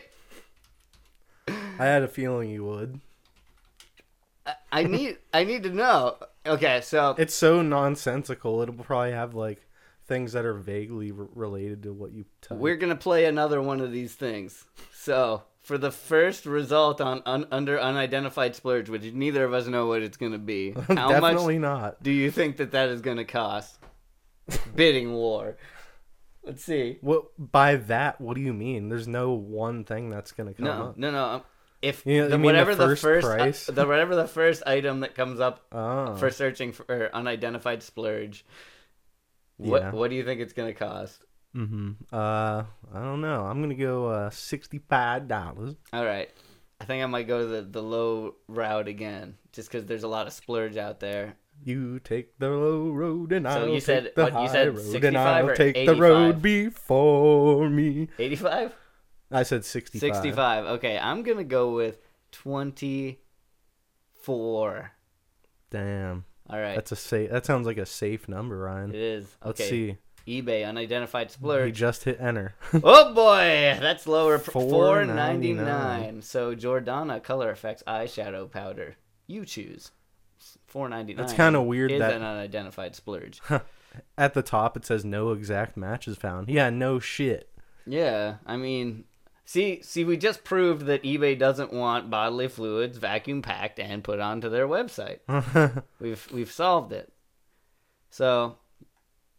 Speaker 2: I had a feeling you would.
Speaker 1: I- I need I need to know. Okay, so
Speaker 2: It's so nonsensical. It'll probably have like things that are vaguely r- related to what you type.
Speaker 1: We're gonna play another one of these things. So for the first result on un- under unidentified splurge, which neither of us know what it's gonna be, how much
Speaker 2: Definitely not.
Speaker 1: do you think that that is gonna cost? Bidding war. Let's see.
Speaker 2: What by that? What do you mean? There's no one thing that's gonna come
Speaker 1: No,
Speaker 2: up.
Speaker 1: no, no. um, If
Speaker 2: You know- you
Speaker 1: the,
Speaker 2: mean the
Speaker 1: whatever the
Speaker 2: first
Speaker 1: first, uh,
Speaker 2: price?
Speaker 1: the whatever the first item that comes up
Speaker 2: Oh,
Speaker 1: for searching for unidentified splurge, what
Speaker 2: Yeah.
Speaker 1: what do you think it's gonna cost?
Speaker 2: hmm Uh, I don't know. I'm gonna go uh, sixty-five dollars.
Speaker 1: All right. I think I might go to the, the low route again, just because there's a lot of splurge out there.
Speaker 2: You take the low road, and I'll
Speaker 1: you
Speaker 2: take
Speaker 1: said-
Speaker 2: the
Speaker 1: what, you
Speaker 2: high
Speaker 1: said
Speaker 2: road, and
Speaker 1: 65
Speaker 2: I'll
Speaker 1: or
Speaker 2: take the road
Speaker 1: 85?
Speaker 2: before me.
Speaker 1: 85?
Speaker 2: I said sixty-five.
Speaker 1: 65. Okay, I'm going to go with 24.
Speaker 2: Damn,
Speaker 1: All right.
Speaker 2: that's a safe. That sounds like a safe number, Ryan.
Speaker 1: it is. Okay.
Speaker 2: Let's see.
Speaker 1: eBay unidentified
Speaker 2: He
Speaker 1: splurge.
Speaker 2: just hit enter.
Speaker 1: Oh boy, that's lower. pr-
Speaker 2: 4.99.
Speaker 1: 4.99. So Jordana color effects eyeshadow powder. You choose. 4.99.
Speaker 2: That's kind of weird
Speaker 1: is
Speaker 2: that
Speaker 1: an unidentified splurge.
Speaker 2: at the top it says no exact matches found. Yeah, no shit.
Speaker 1: Yeah, I mean, see, see, we just proved that eBay doesn't want bodily fluids vacuum packed and put onto their website. We've we've solved it. So,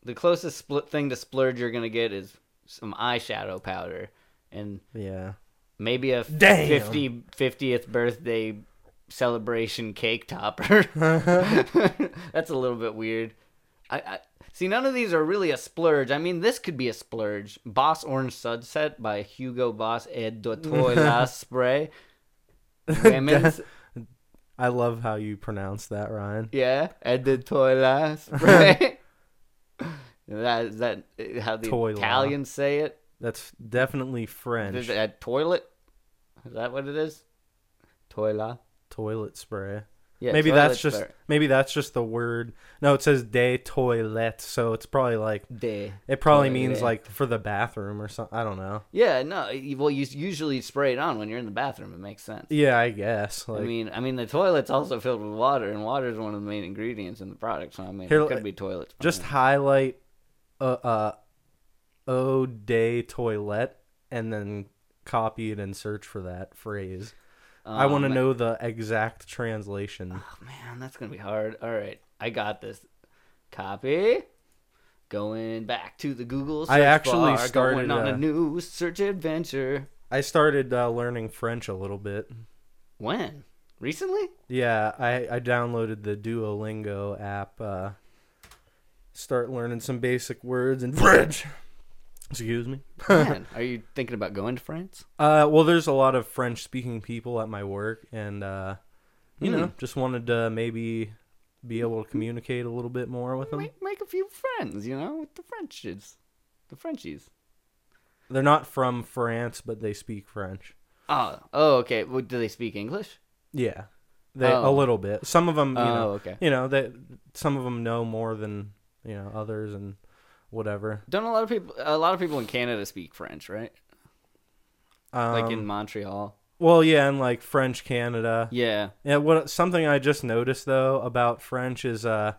Speaker 1: the closest split thing to splurge you're gonna get is some eyeshadow powder and
Speaker 2: yeah.
Speaker 1: maybe a
Speaker 2: Damn.
Speaker 1: 50, 50th birthday celebration cake topper. That's a little bit weird. I, I see none of these are really a splurge. I mean, this could be a splurge. Boss Orange Sunset by Hugo Boss et Dotoy La Spray. Women's,
Speaker 2: I love how you pronounce that, Ryan.
Speaker 1: yeah, et Dotoy La Spray. That is that uh, how the
Speaker 2: Toy law.
Speaker 1: Italians say it?
Speaker 2: That's definitely
Speaker 1: Is
Speaker 2: French.
Speaker 1: it a toilet? Is that what it is? Toilet.
Speaker 2: Toilet spray.
Speaker 1: Yeah.
Speaker 2: maybe
Speaker 1: toilet
Speaker 2: that's just
Speaker 1: spray.
Speaker 2: maybe that's just the word. No, it says de toilette, so it's probably like
Speaker 1: De.
Speaker 2: it probably
Speaker 1: Toilet.
Speaker 2: means like for the bathroom or something. I don't know.
Speaker 1: Yeah. No. you- Well, you s- usually spray it on when you're in the bathroom. It makes sense.
Speaker 2: Yeah, I guess. Like
Speaker 1: I mean, I mean, the toilet's also filled with water, and water is one of the main ingredients in the product. So I mean,
Speaker 2: Here,
Speaker 1: it could
Speaker 2: like,
Speaker 1: be toilets.
Speaker 2: just highlight uh uh oh de toilette and then copy it and search for that phrase. I want to know the exact translation.
Speaker 1: um, oh, Man, that's gonna be hard. All right, I got this. Copy. Going back to the Google. Search
Speaker 2: I actually
Speaker 1: bar, going
Speaker 2: started,
Speaker 1: on a
Speaker 2: uh,
Speaker 1: new search adventure.
Speaker 2: I started uh, learning French a little bit.
Speaker 1: When? Recently?
Speaker 2: Yeah, I, I downloaded the Duolingo app. Uh, start learning some basic words in French. Excuse me.
Speaker 1: Man, are you thinking about going to France?
Speaker 2: Uh, well, there's a lot of French speaking people at my work, and uh, you know, just wanted to maybe be able to communicate a little bit more with them.
Speaker 1: Make, make a few friends, you know, with the Frenchies, the Frenchies.
Speaker 2: They're not from France, but they speak French.
Speaker 1: Oh, oh, okay. Well, do they speak English?
Speaker 2: Yeah, they a
Speaker 1: Oh.
Speaker 2: little bit. Some of them, you
Speaker 1: Oh,
Speaker 2: know,
Speaker 1: okay.
Speaker 2: you know, they some of them know more than you know others and whatever.
Speaker 1: Don't a lot of people? A lot of people in Canada speak French, right?
Speaker 2: Um,
Speaker 1: Like in Montreal.
Speaker 2: well, yeah, and like French Canada.
Speaker 1: Yeah.
Speaker 2: Yeah, what something I just noticed though about French is uh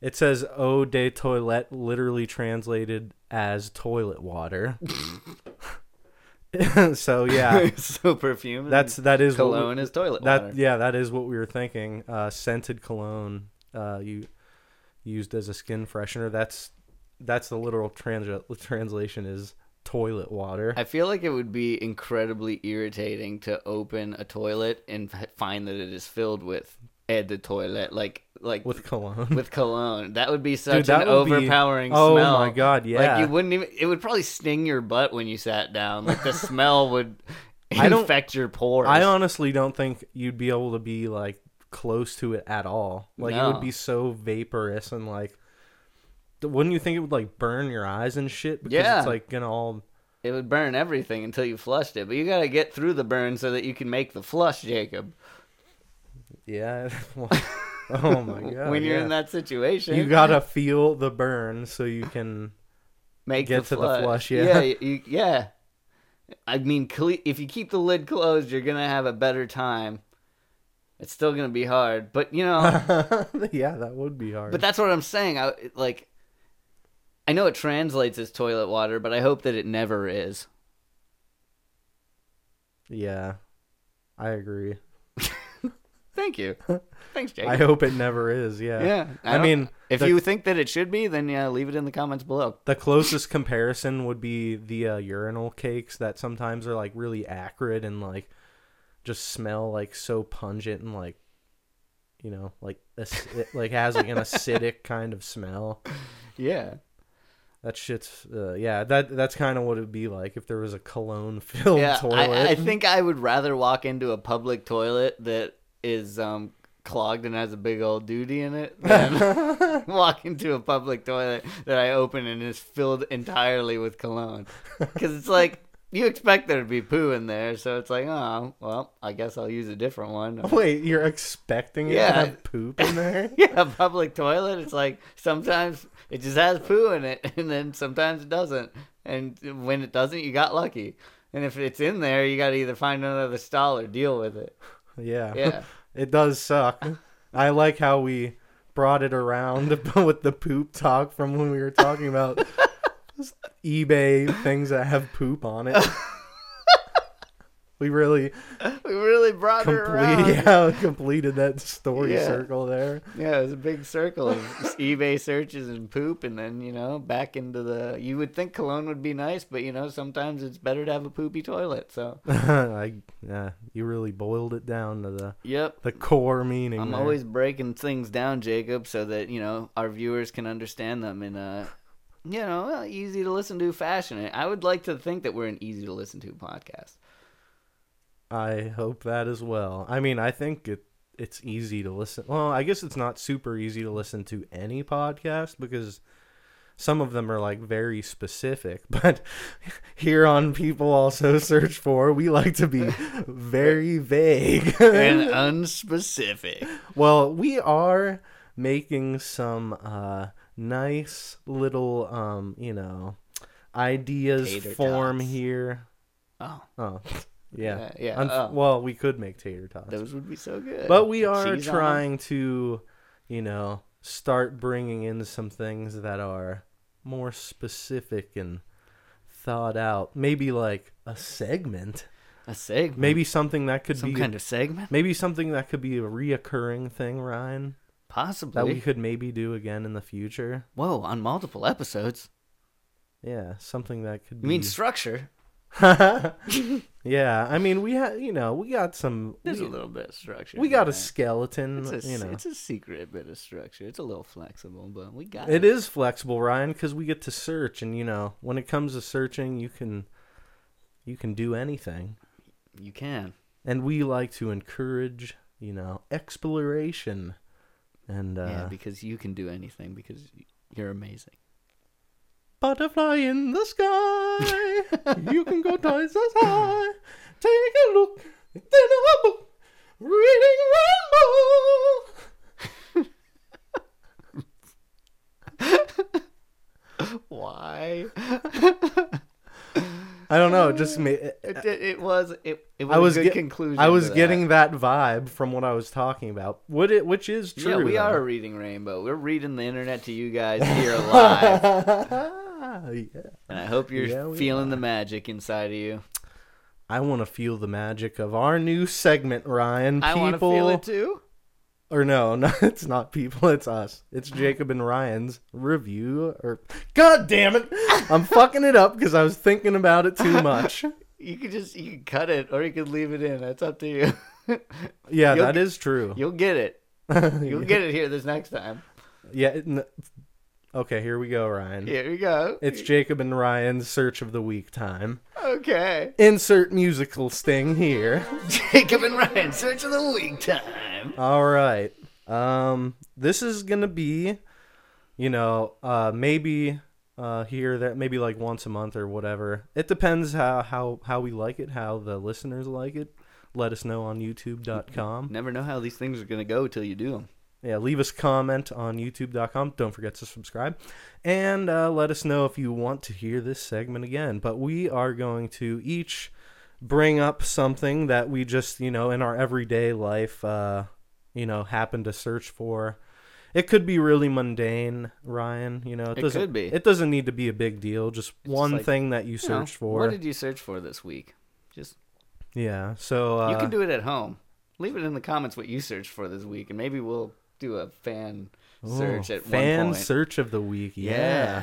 Speaker 2: it says eau de toilette literally translated as toilet water. so yeah,
Speaker 1: so perfume. and
Speaker 2: that's that is what we-
Speaker 1: cologne is toilet
Speaker 2: that
Speaker 1: water.
Speaker 2: yeah, that is what we were thinking. Uh scented cologne uh you used as a skin freshener. That's that's the literal trans- translation is toilet water.
Speaker 1: I feel like it would be incredibly irritating to open a toilet and f- find that it is filled with ed the toilet, like like
Speaker 2: with cologne.
Speaker 1: with cologne. That would be such
Speaker 2: that
Speaker 1: an
Speaker 2: would be-
Speaker 1: overpowering
Speaker 2: oh
Speaker 1: smell.
Speaker 2: my God,
Speaker 1: Like
Speaker 2: yeah.
Speaker 1: you wouldn't even. It would probably sting your butt when you sat down. Like the smell would
Speaker 2: I don't-
Speaker 1: infect your pores.
Speaker 2: I honestly don't think you'd be able to be like close to it at all. Like it
Speaker 1: No.
Speaker 2: would be so vaporous and like th- wouldn't you think it would like burn your eyes and shit because
Speaker 1: Yeah.
Speaker 2: it's like gonna all
Speaker 1: it would burn everything until you flushed it. But you gotta get through the burn so that you can make the flush, Jacob.
Speaker 2: yeah. oh my god.
Speaker 1: when you're
Speaker 2: yeah.
Speaker 1: in that situation,
Speaker 2: you gotta feel the burn so you can
Speaker 1: make
Speaker 2: Get
Speaker 1: the
Speaker 2: to the
Speaker 1: flush.
Speaker 2: flush,
Speaker 1: yeah,
Speaker 2: yeah.
Speaker 1: you- yeah. I mean, cle- if you keep the lid closed, you're gonna have a better time. It's still gonna be hard, but you know,
Speaker 2: yeah, that would be hard.
Speaker 1: Um, but that's what I'm saying. I like. I know it translates as toilet water, but I hope that it never is.
Speaker 2: yeah. I agree.
Speaker 1: Thank you. Thanks, Jake.
Speaker 2: I hope it never is, yeah.
Speaker 1: yeah,
Speaker 2: I,
Speaker 1: don't-
Speaker 2: mean
Speaker 1: if
Speaker 2: the-
Speaker 1: you think that it should be, then yeah, leave it in the comments below.
Speaker 2: The closest comparison would be the uh, urinal cakes that sometimes are like really acrid and like just smell like so pungent and like you know like ac- like has like an acidic kind of smell.
Speaker 1: Yeah,
Speaker 2: That shit's uh, yeah. That that's kind of what it'd be like if there was a cologne filled
Speaker 1: yeah.
Speaker 2: toilet.
Speaker 1: I, I think I would rather walk into a public toilet that is um, clogged and has a big old duty in it than walk into a public toilet that I open and is filled entirely with cologne. Because it's like you expect there to be poo in there, so it's like, oh, well, I guess I'll use a different one.
Speaker 2: Wait, you're expecting it
Speaker 1: Yeah.
Speaker 2: to have poop in there?
Speaker 1: yeah, a public toilet. It's like sometimes it just has poo in it, and then sometimes it doesn't. And when it doesn't, you got lucky. And if it's in there, you got to either find another stall or deal with it.
Speaker 2: yeah.
Speaker 1: Yeah.
Speaker 2: It does suck. I like how we brought it around with the poop talk from when we were talking about eBay things that have poop on it. we really
Speaker 1: We really brought her
Speaker 2: complete,
Speaker 1: around. Yeah.
Speaker 2: yeah, completed that story
Speaker 1: Yeah.
Speaker 2: circle there.
Speaker 1: it was a big circle of eBay searches and poop, and then you know back into the. You would think cologne would be nice, but you know sometimes it's better to have a poopy toilet. So
Speaker 2: I, yeah, you really boiled it down to the,
Speaker 1: yep.
Speaker 2: the core meaning.
Speaker 1: I'm
Speaker 2: there.
Speaker 1: always breaking things down, Jacob, so that you know our viewers can understand them in a you know easy to listen to fashion. I would like to think that we're an easy to listen to podcast.
Speaker 2: I hope that as well. I mean, I think it it's easy to listen. Well, I guess it's not super easy to listen to any podcast because some of them are like very specific, but here on people also search for, we like to be very vague.
Speaker 1: and unspecific.
Speaker 2: well, we are making some uh, nice little, um, you know, ideas
Speaker 1: Tater
Speaker 2: form
Speaker 1: tots.
Speaker 2: here.
Speaker 1: Oh,
Speaker 2: Oh, yeah.
Speaker 1: Yeah, yeah,
Speaker 2: Unf-
Speaker 1: oh.
Speaker 2: Well, we could make tater tots.
Speaker 1: those would be so good.
Speaker 2: But we
Speaker 1: Put
Speaker 2: are
Speaker 1: cheese on 'em.
Speaker 2: trying to, you know, start bringing in some things that are more specific and thought out. Maybe like a segment.
Speaker 1: a segment.
Speaker 2: Maybe something that could
Speaker 1: some
Speaker 2: be
Speaker 1: kind of segment,
Speaker 2: maybe something that could be a reoccurring thing, Ryan,
Speaker 1: possibly.
Speaker 2: that we could maybe do again in the future.
Speaker 1: Whoa, on multiple episodes.
Speaker 2: Yeah, something that could
Speaker 1: You mean
Speaker 2: be.
Speaker 1: structure?
Speaker 2: yeah, I mean we had, you know, we got some.
Speaker 1: There's
Speaker 2: we,
Speaker 1: a little bit of structure.
Speaker 2: we
Speaker 1: in
Speaker 2: got a
Speaker 1: that.
Speaker 2: skeleton.
Speaker 1: It's a,
Speaker 2: you know,
Speaker 1: it's a secret bit of structure. It's a little flexible, but we got
Speaker 2: It is flexible, Ryan, because we get to search, and you know, when it comes to searching, you can, you can do anything,
Speaker 1: You can.
Speaker 2: and we like to encourage, you know, exploration, and uh,
Speaker 1: yeah, because you can do anything because you're amazing.
Speaker 2: butterfly in the sky. you can go twice as high. Take a look, then a book, reading rainbow.
Speaker 1: Why?
Speaker 2: I don't know. It just made.
Speaker 1: It, it was it, it was,
Speaker 2: I was
Speaker 1: a good
Speaker 2: get-
Speaker 1: conclusion.
Speaker 2: I was
Speaker 1: to that.
Speaker 2: getting that. vibe from what I was talking about. Would it, which is
Speaker 1: Yeah,
Speaker 2: true.
Speaker 1: we
Speaker 2: though.
Speaker 1: are reading Rainbow. We're reading the internet to you guys here live,
Speaker 2: yeah.
Speaker 1: and I hope you're
Speaker 2: Yeah, we
Speaker 1: feeling the magic inside of you.
Speaker 2: I want to feel the magic of our new segment, Ryan.
Speaker 1: I want to
Speaker 2: people,
Speaker 1: feel it too.
Speaker 2: or no, no, it's not people, it's us. It's Jacob and Ryan's review. Or God damn it, I'm fucking it up because I was thinking about it too much.
Speaker 1: You could just you could cut it or you could leave it in. That's up to you.
Speaker 2: Yeah,
Speaker 1: You'll
Speaker 2: that
Speaker 1: get-
Speaker 2: is true.
Speaker 1: You'll get it. You'll
Speaker 2: yeah,
Speaker 1: get it here this next time.
Speaker 2: it- n- okay, here we go, Ryan.
Speaker 1: Here we go.
Speaker 2: It's Jacob and Ryan's search of the week time.
Speaker 1: okay.
Speaker 2: Insert musical sting here.
Speaker 1: Jacob and Ryan, search of the week time.
Speaker 2: All right. Um, this is gonna be, you know, uh, maybe uh, here that maybe like once a month or whatever. It depends how how how we like it, how the listeners like it. Let us know on YouTube.com.
Speaker 1: Never know how these things are gonna go till you do them.
Speaker 2: Yeah, leave us comment on YouTube.com. Don't forget to subscribe, and uh, let us know if you want to hear this segment again. But we are going to each bring up something that we just you know in our everyday life uh you know happen to search for it could be really mundane ryan you know it,
Speaker 1: It
Speaker 2: doesn't
Speaker 1: could be.
Speaker 2: it doesn't need to be a big deal just
Speaker 1: just
Speaker 2: one
Speaker 1: like,
Speaker 2: thing that you
Speaker 1: You know,
Speaker 2: search for
Speaker 1: What did you search for this week? Just
Speaker 2: yeah so uh,
Speaker 1: you can do it at home. Leave it in the comments what you searched for this week, and maybe we'll do a fan
Speaker 2: ooh,
Speaker 1: search at
Speaker 2: oh, fan
Speaker 1: one point.
Speaker 2: search of the week yeah,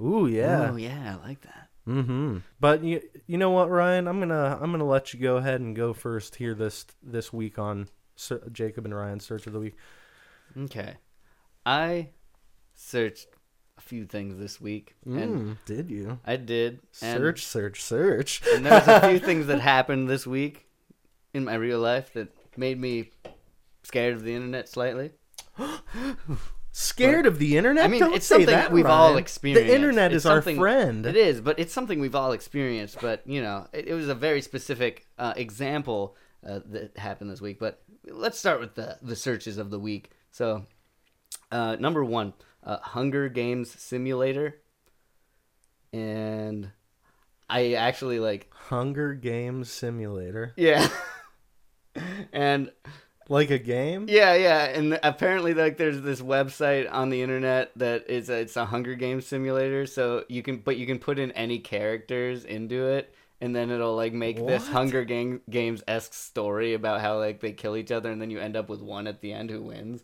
Speaker 2: ooh yeah
Speaker 1: Oh yeah, I like that.
Speaker 2: Mm-hmm. But you, you know what, Ryan? I'm gonna I'm gonna let you go ahead and go first here this this week on Ser- Jacob and Ryan's search of the week.
Speaker 1: Okay, I searched a few things this week, and
Speaker 2: Mm, did you
Speaker 1: I did and-
Speaker 2: search search search?
Speaker 1: And there's a few things that happened this week in my real life that made me scared of the internet slightly.
Speaker 2: Scared of the internet?
Speaker 1: I mean,
Speaker 2: Don't
Speaker 1: it's
Speaker 2: say
Speaker 1: something
Speaker 2: that,
Speaker 1: we've
Speaker 2: Ryan.
Speaker 1: all experienced.
Speaker 2: The internet
Speaker 1: It's
Speaker 2: is our
Speaker 1: something-
Speaker 2: friend.
Speaker 1: It is, but it's something we've all experienced. But you know, it, it was a very specific uh, example uh, that happened this week. But let's start with the the searches of the week. So, uh, number one, uh, Hunger Games Simulator, and I actually like
Speaker 2: Hunger Games Simulator,
Speaker 1: yeah, and
Speaker 2: like a game.
Speaker 1: Yeah, yeah, and apparently, like, there's this website on the internet that is a, it's a Hunger Games simulator. So you can, but you can put in any characters into it, and then it'll like make this
Speaker 2: What?
Speaker 1: Hunger Gang- Games esque story about how like they kill each other, and then you end up with one at the end who wins.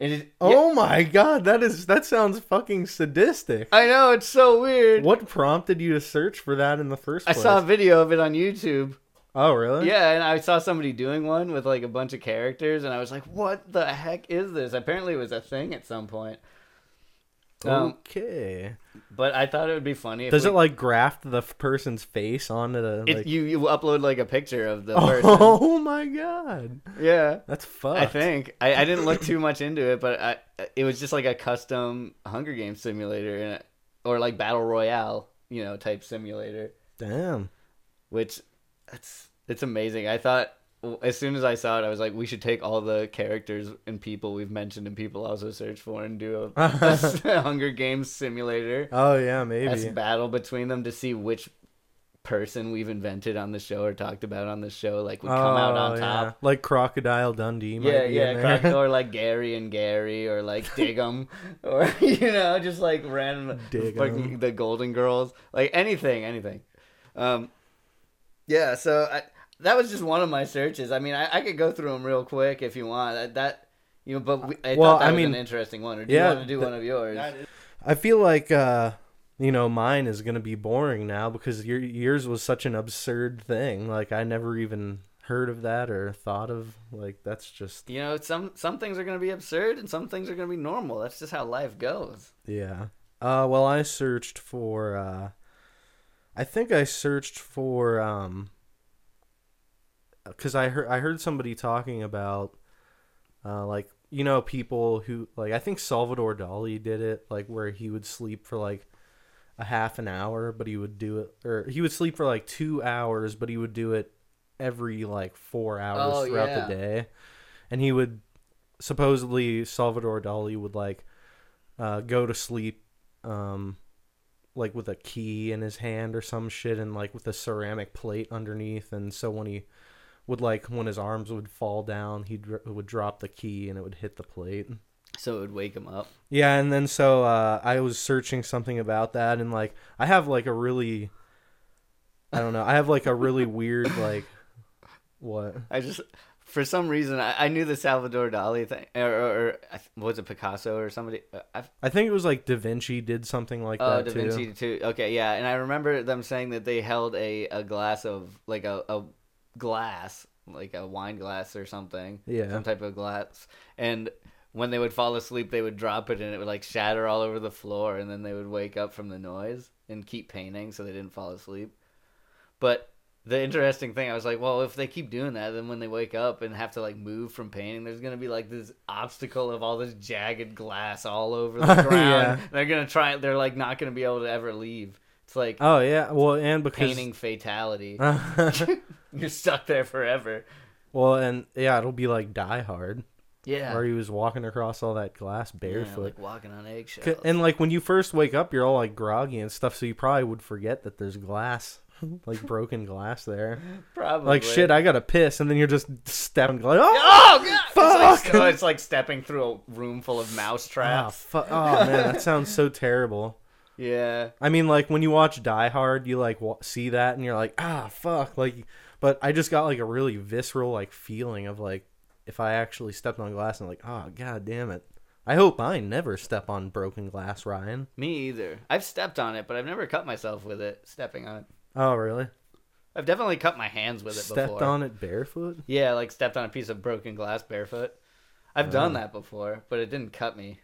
Speaker 1: And it, yeah,
Speaker 2: Oh my god, that is that sounds fucking sadistic.
Speaker 1: I know it's so weird.
Speaker 2: What prompted you to search for that in the first
Speaker 1: I
Speaker 2: place?
Speaker 1: saw a video of it on YouTube.
Speaker 2: Oh really?
Speaker 1: Yeah, and I saw somebody doing one with like a bunch of characters, and I was like, "What the heck is this?" Apparently, it was a thing at some point. Um,
Speaker 2: Okay.
Speaker 1: But I thought it would be funny. If
Speaker 2: Does
Speaker 1: we-
Speaker 2: it like graft the f- person's face onto the?
Speaker 1: if
Speaker 2: Like...
Speaker 1: you you upload like a picture of the person?
Speaker 2: oh my god,
Speaker 1: Yeah.
Speaker 2: that's fucked.
Speaker 1: I think I, I didn't look too much into it, but I it was just like a custom Hunger Game simulator and it, or like battle royale, you know, type simulator.
Speaker 2: Damn.
Speaker 1: Which it's it's amazing. I thought as soon as I saw it, I was like, we should take all the characters and people we've mentioned and people also search for and do a, a Hunger Games simulator.
Speaker 2: Oh yeah, maybe.
Speaker 1: That's battle between them to see which person we've invented on the show or talked about on the show like would come out
Speaker 2: Oh,
Speaker 1: on
Speaker 2: yeah.
Speaker 1: top.
Speaker 2: Like Crocodile Dundee. Might
Speaker 1: Yeah,
Speaker 2: be
Speaker 1: yeah,
Speaker 2: in there.
Speaker 1: Croc- or like Gary and Gary, or like Diggum, or you know, just like random
Speaker 2: Dig 'em.
Speaker 1: fucking the Golden Girls, like anything, anything. Um, yeah, so I, that was just one of my searches. I mean, I, I could go through them real quick if you want. That, that you know, but we, I
Speaker 2: Well,
Speaker 1: thought that
Speaker 2: I
Speaker 1: was
Speaker 2: mean-
Speaker 1: an interesting one. Or do
Speaker 2: yeah,
Speaker 1: you want to do
Speaker 2: the-
Speaker 1: one of yours?
Speaker 2: I feel like uh, you know mine is gonna be boring now because your yours was such an absurd thing. Like I never even heard of that or thought of like that's just
Speaker 1: You know, some some things are going to be absurd and some things are going to be normal. That's just how life goes.
Speaker 2: yeah. Uh, well, I searched for. Uh, I think I searched for um. Because I heard I heard somebody talking about, uh, like you know people who like I think Salvador Dali did it like where he would sleep for like a half an hour, but he would do it, or he would sleep for like two hours, but he would do it every like four hours
Speaker 1: Oh,
Speaker 2: throughout
Speaker 1: yeah.
Speaker 2: the day, and he would supposedly Salvador Dali would like uh, go to sleep, um, like with a key in his hand or some shit, and like with a ceramic plate underneath, and so when he would like when his arms would fall down, he dr- would drop the key and it would hit the plate.
Speaker 1: So it would wake him up.
Speaker 2: Yeah, and then so uh, I was searching something about that, and like I have like a really, I don't know, I have like a really weird like, what?
Speaker 1: I just, for some reason, I, I knew the Salvador Dali thing, or, or, or I th- was it Picasso or somebody? Uh, I,
Speaker 2: I think it was like Da Vinci did something like
Speaker 1: oh,
Speaker 2: that
Speaker 1: Da
Speaker 2: too.
Speaker 1: Vinci too. Okay, yeah, and I remember them saying that they held a, a glass of like a, a glass, like a wine glass or something,
Speaker 2: Yeah.
Speaker 1: some type of glass, and when they would fall asleep, they would drop it and it would like shatter all over the floor, and then they would wake up from the noise and keep painting so they didn't fall asleep. But the interesting thing, I was like, well, if they keep doing that, then when they wake up and have to like move from painting, there's gonna be like this obstacle of all this jagged glass all over the ground.
Speaker 2: Yeah.
Speaker 1: They're gonna try. They're like not gonna be able to ever leave. It's like
Speaker 2: Oh yeah, well, and because
Speaker 1: painting fatality. You're stuck there forever.
Speaker 2: well, and yeah, it'll be like Die Hard,
Speaker 1: Yeah.
Speaker 2: where he was walking across all that glass
Speaker 1: Yeah,
Speaker 2: barefoot.
Speaker 1: like uh, walking on
Speaker 2: C-
Speaker 1: eggshells.
Speaker 2: And like when you first wake up, you're all like groggy and stuff, so you probably would forget that there's glass, like broken glass there.
Speaker 1: Probably
Speaker 2: Like shit, I gotta piss, and then you're just stepping like, oh,
Speaker 1: Oh god! It's
Speaker 2: Fuck!
Speaker 1: like, it's like stepping through a room full of mouse
Speaker 2: Ah,
Speaker 1: traps.
Speaker 2: fu- oh man, that sounds so terrible.
Speaker 1: Yeah.
Speaker 2: I mean, like when you watch Die Hard, you like wa see that and you're like, ah, fuck. Like, but I just got like a really visceral like feeling of like if I actually stepped on glass and like, oh god damn it. I hope I never step on broken glass, Ryan.
Speaker 1: Me either. I've stepped on it, but I've never cut myself with it. Stepping on it.
Speaker 2: Oh really?
Speaker 1: I've definitely cut my hands with it
Speaker 2: Stepped
Speaker 1: before.
Speaker 2: on it barefoot?
Speaker 1: Yeah, like stepped on a piece of broken glass barefoot. I've done
Speaker 2: Oh.
Speaker 1: that before, but it didn't cut me.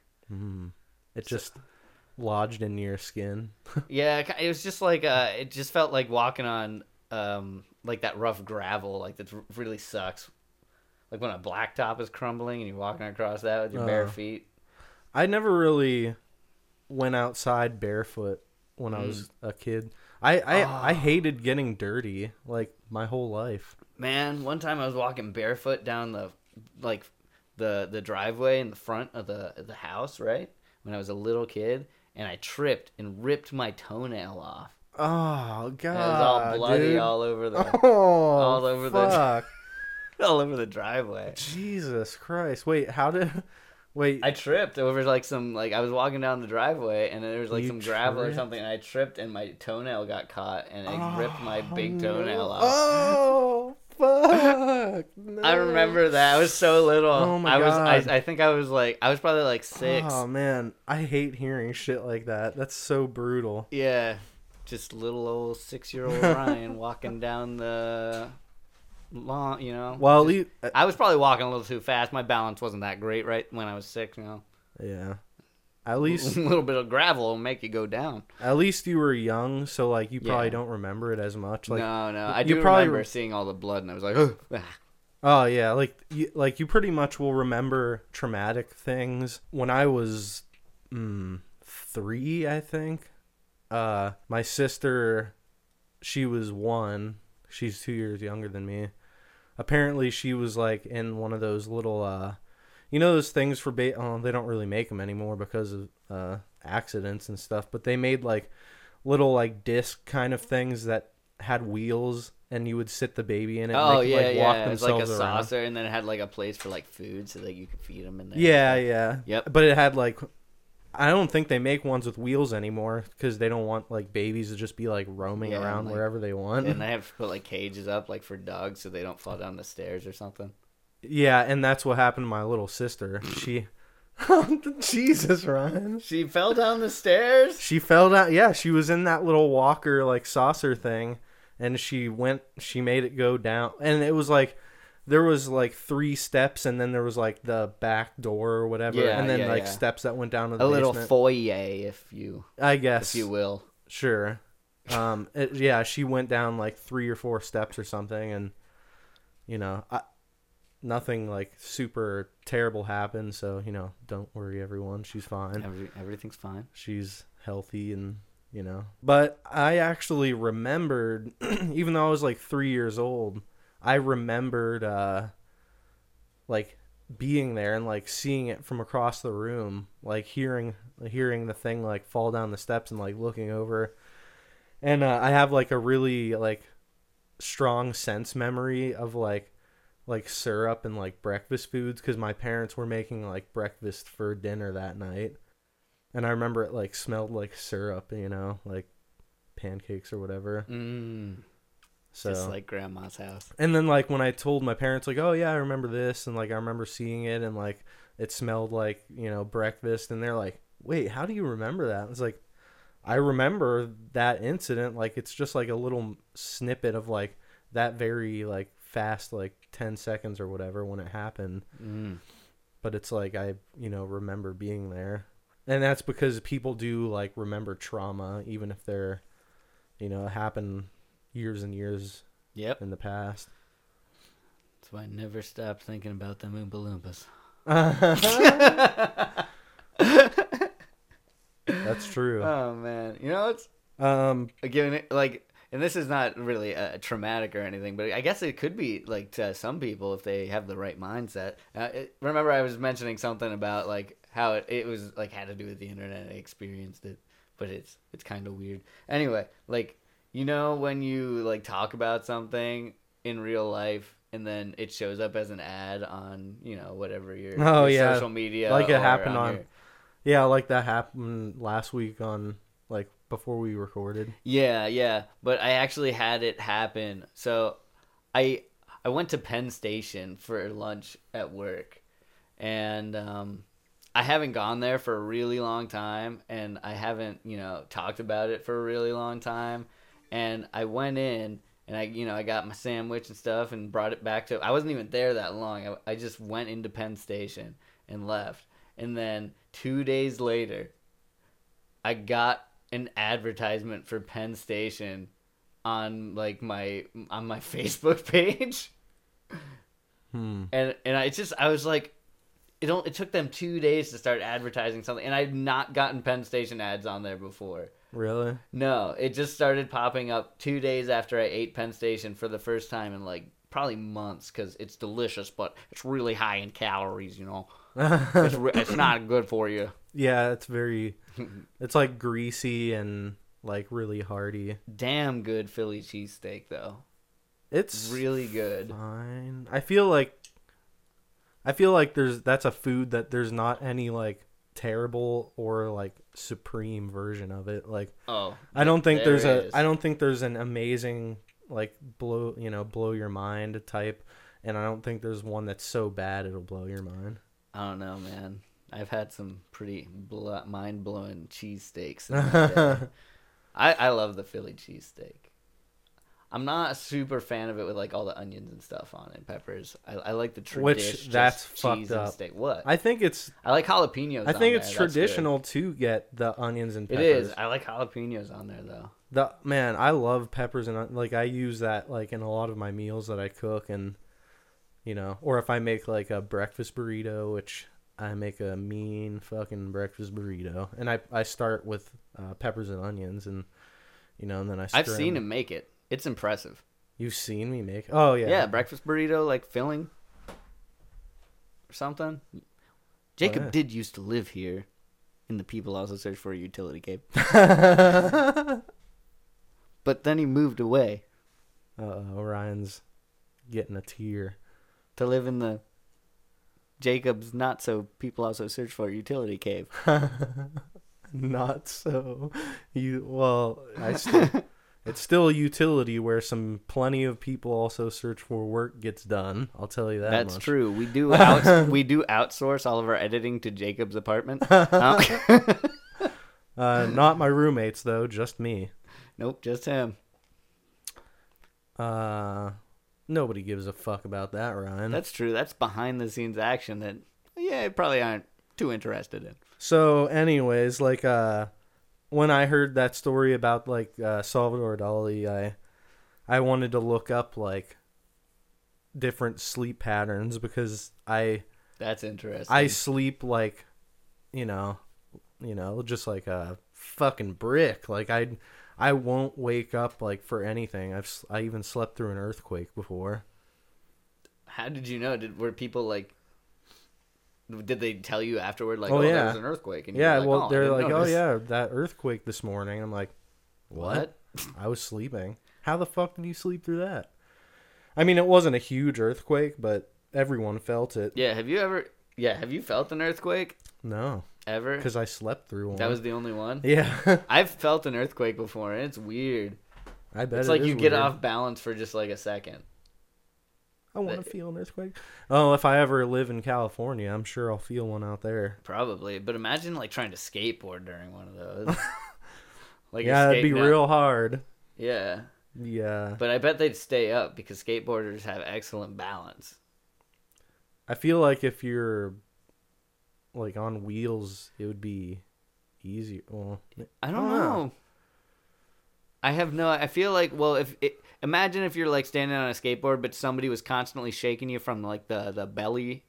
Speaker 2: It just lodged in your skin.
Speaker 1: Yeah, it ki- it was just like uh, it just felt like walking on um like that rough gravel, like that really sucks. Like when a blacktop is crumbling and you're walking across that with your bare
Speaker 2: Oh.
Speaker 1: feet.
Speaker 2: I never really went outside barefoot when I was a kid. I I, I hated getting dirty like my whole life.
Speaker 1: Man, one time I was walking barefoot down the like the the driveway in the front of the the house, right? When I was a little kid, and I tripped and ripped my toenail off.
Speaker 2: Oh god,
Speaker 1: And it was all bloody
Speaker 2: dude.
Speaker 1: all over the
Speaker 2: oh, all
Speaker 1: over
Speaker 2: over
Speaker 1: the-
Speaker 2: fuck.
Speaker 1: all over the driveway.
Speaker 2: Jesus Christ! Wait, how did? Wait,
Speaker 1: I tripped over like some like I was walking down the driveway and there was like
Speaker 2: You
Speaker 1: some gravel or
Speaker 2: tripped?
Speaker 1: something and I tripped and my toenail got caught and it ripped my big
Speaker 2: no.
Speaker 1: toenail off.
Speaker 2: Oh fuck!
Speaker 1: I
Speaker 2: no.
Speaker 1: remember that. I was so little.
Speaker 2: Oh my
Speaker 1: I was
Speaker 2: God.
Speaker 1: I, I think I was like I was probably like 6.
Speaker 2: Oh man, I hate hearing shit like that. That's so brutal.
Speaker 1: Yeah. Just little old 6-year-old Ryan walking down the lawn, you know.
Speaker 2: Well, at lea- uh,
Speaker 1: I was probably walking a little too fast. My balance wasn't that great right when I was 6, you know.
Speaker 2: yeah. At least
Speaker 1: a little bit of gravel will make you go down.
Speaker 2: at least you were young, so like you probably
Speaker 1: Yeah.
Speaker 2: don't remember it as much. Like
Speaker 1: no, no, I
Speaker 2: you
Speaker 1: do
Speaker 2: probably
Speaker 1: remember
Speaker 2: re-
Speaker 1: seeing all the blood, and I was like, "Ugh, ah."
Speaker 2: Oh yeah, like you, like you pretty much will remember traumatic things. When I was mm, three, I think, uh, my sister, she was one. She's two years younger than me. Apparently, she was like in one of those little, uh, you know, those things for ba Oh, they don't really make them anymore because of uh, accidents and stuff. But they made like little like disc kind of things that had wheels, and you would sit the baby in it.
Speaker 1: oh
Speaker 2: and they
Speaker 1: yeah,
Speaker 2: could, like,
Speaker 1: yeah.
Speaker 2: walk
Speaker 1: it was like a
Speaker 2: themselves around.
Speaker 1: saucer, and then it had like a place for like food, so that you could feed them in there.
Speaker 2: Yeah, yeah.
Speaker 1: Yep.
Speaker 2: But it had like, I don't think they make ones with wheels anymore because they don't want like babies to just be like roaming
Speaker 1: Yeah,
Speaker 2: around
Speaker 1: like-
Speaker 2: wherever they want.
Speaker 1: and they have to put like cages up, like for dogs, so they don't fall down the stairs or something.
Speaker 2: yeah, and that's what happened to my little sister. She, Jesus, Ryan.
Speaker 1: She fell down the stairs.
Speaker 2: She fell down. Yeah, she was in that little walker like saucer thing, and she went. She made it go down, and it was like. There was like three steps, and then there was like the back door or whatever,
Speaker 1: Yeah,
Speaker 2: and then
Speaker 1: yeah,
Speaker 2: like
Speaker 1: yeah.
Speaker 2: steps that went down to the
Speaker 1: A little
Speaker 2: basement.
Speaker 1: foyer, if you
Speaker 2: I guess
Speaker 1: if you will.
Speaker 2: Sure. Um. It, yeah, she went down like three or four steps or something, and you know, I, nothing like super terrible happened. So you know, don't worry, everyone. She's fine.
Speaker 1: Every, everything's fine.
Speaker 2: She's healthy, and you know. But I actually remembered, even though I was like three years old, I remembered uh, like being there and like seeing it from across the room, like hearing hearing the thing like fall down the steps and like looking over. And uh, I have like a really like strong sense memory of like like syrup and like breakfast foods because my parents were making like breakfast for dinner that night, and I remember it like smelled like syrup, you know, like pancakes or whatever.
Speaker 1: Mm,
Speaker 2: So
Speaker 1: Just like grandma's house.
Speaker 2: and then like when I told my parents like, "Oh yeah, I remember this." And like I remember seeing it and like it smelled like, you know, breakfast and they're like, "Wait, how do you remember that?" It's like I remember that incident like it's just like a little snippet of like that very like fast like 10 seconds or whatever when it happened
Speaker 1: Mm.
Speaker 2: but it's like I, you know, remember being there. And that's because people do like remember trauma even if they're you know, happen years and years
Speaker 1: Yep.
Speaker 2: in the past.
Speaker 1: That's why I never stop thinking about them Oompa Loompas.
Speaker 2: That's true.
Speaker 1: Oh man, you know it's
Speaker 2: Um
Speaker 1: again like, and this is not really uh, traumatic or anything, but I guess it could be like to some people if they have the right mindset. Uh, it, remember, I was mentioning something about like how it, it was like had to do with the internet. I experienced it, but it's it's kind of weird. Anyway, like you know when you like talk about something in real life. And then it shows up as an ad on you know whatever your,
Speaker 2: Oh,
Speaker 1: your
Speaker 2: yeah.
Speaker 1: social media
Speaker 2: Like it
Speaker 1: or
Speaker 2: happened on-
Speaker 1: your-
Speaker 2: yeah, like that happened last week on like before we recorded.
Speaker 1: Yeah, yeah, but I actually had it happen. So, I I went to Penn Station for lunch at work, and um, I haven't gone there for a really long time, and I haven't you know talked about it for a really long time, and I went in and I you know I got my sandwich and stuff and brought it back to. I wasn't even there that long. I, I just went into Penn Station and left, and then two days later. I got an advertisement for Penn Station on like my on my Facebook page. And and I it's just I was like it don't, it took them 2 days to start advertising something and I've not gotten Penn Station ads on there before.
Speaker 2: Really?
Speaker 1: No, it just started popping up 2 days after I ate Penn Station for the first time in like probably months cuz it's delicious but it's really high in calories, you know. it's, re- it's not good for you.
Speaker 2: Yeah, it's very it's like greasy and like really hearty.
Speaker 1: Damn good Philly cheesesteak though.
Speaker 2: It's
Speaker 1: really good.
Speaker 2: fine. I feel like I feel like there's that's a food that there's not any like terrible or like supreme version of it. Like
Speaker 1: Oh,
Speaker 2: I don't think
Speaker 1: There
Speaker 2: there's a
Speaker 1: is.
Speaker 2: I don't think there's an amazing like blow you know blow your mind type, and I don't think there's one that's so bad it'll blow your mind.
Speaker 1: I don't know, man. I've had some pretty bl- mind blowing cheesesteaks. in my day. I I love the Philly cheesesteak. I'm not a super fan of it with like all the onions and stuff on it, peppers. I, I like the tradition.
Speaker 2: Which, that's fucked
Speaker 1: cheese
Speaker 2: up.
Speaker 1: And steak. What? I,
Speaker 2: I think it's
Speaker 1: like jalapenos.
Speaker 2: I
Speaker 1: on
Speaker 2: think
Speaker 1: there,
Speaker 2: it's
Speaker 1: that's good.
Speaker 2: traditional to get the onions and
Speaker 1: It
Speaker 2: peppers.
Speaker 1: is. I like jalapenos on there though.
Speaker 2: The man, I love peppers and on- like I use that like in a lot of my meals that I cook and you know, or if I make like a breakfast burrito, which I make a mean fucking breakfast burrito, and I I start with uh, peppers and onions and you know, and then I
Speaker 1: I've
Speaker 2: stir 'em.
Speaker 1: seen him make it. It's impressive.
Speaker 2: You've seen me make. Oh yeah.
Speaker 1: Yeah. breakfast burrito like filling or something. Jacob
Speaker 2: Oh, yeah.
Speaker 1: did used to live here, and the people also searched for a utility cave. but then he moved away
Speaker 2: Uh, Orion's getting a tear.
Speaker 1: to live in the Jacob's not so people also search for a utility cave.
Speaker 2: Not so. You well, I still, it's still a utility where some plenty of people also search for work gets done. I'll tell you that.
Speaker 1: That's
Speaker 2: much.
Speaker 1: true. We do out, we do outsource all of our editing to Jacob's apartment. Huh?
Speaker 2: Uh, not my roommates though, just me.
Speaker 1: nope, just him.
Speaker 2: Uh, nobody gives a fuck about that, Ryan.
Speaker 1: That's true. That's behind the scenes action that yeah, probably aren't too interested in.
Speaker 2: So, anyways, like uh, when I heard that story about like uh, Salvador Dali, I I wanted to look up like different sleep patterns because I
Speaker 1: That's interesting.
Speaker 2: I sleep like you know you know just like a fucking brick. Like I I won't wake up like for anything. I've s- I even slept through an earthquake before.
Speaker 1: How did you know? Did were people like? Did they tell you afterward? Like,
Speaker 2: Oh,
Speaker 1: oh,
Speaker 2: yeah.
Speaker 1: there was an earthquake. And you
Speaker 2: Yeah,
Speaker 1: were like,
Speaker 2: well
Speaker 1: "Oh, I
Speaker 2: they're
Speaker 1: didn't
Speaker 2: like,
Speaker 1: notice."
Speaker 2: "Oh yeah, that earthquake this morning." I'm like, "What?"
Speaker 1: What?
Speaker 2: I was sleeping. How the fuck did you sleep through that? I mean, it wasn't a huge earthquake, but everyone felt it.
Speaker 1: Yeah. Have you ever? Yeah. Have you felt an earthquake
Speaker 2: No,
Speaker 1: ever?
Speaker 2: because I slept through one.
Speaker 1: That was the only one.
Speaker 2: yeah.
Speaker 1: I've felt an earthquake before, and it's weird.
Speaker 2: I bet
Speaker 1: it's
Speaker 2: it
Speaker 1: like
Speaker 2: is
Speaker 1: you get
Speaker 2: weird.
Speaker 1: off balance for just like a second.
Speaker 2: I want to feel an earthquake. Oh, if I ever live in California, I'm sure I'll feel one out there.
Speaker 1: Probably, but imagine like trying to skateboard during one of those. like
Speaker 2: yeah, it'd be
Speaker 1: escape now-
Speaker 2: real hard.
Speaker 1: Yeah,
Speaker 2: Yeah,
Speaker 1: but I bet they'd stay up because skateboarders have excellent balance.
Speaker 2: I feel like if you're like on wheels, it would be easier. Well,
Speaker 1: I don't
Speaker 2: Oh.
Speaker 1: know. I have no. I feel like well, if it, imagine if you're like standing on a skateboard, but somebody was constantly shaking you from like the the belly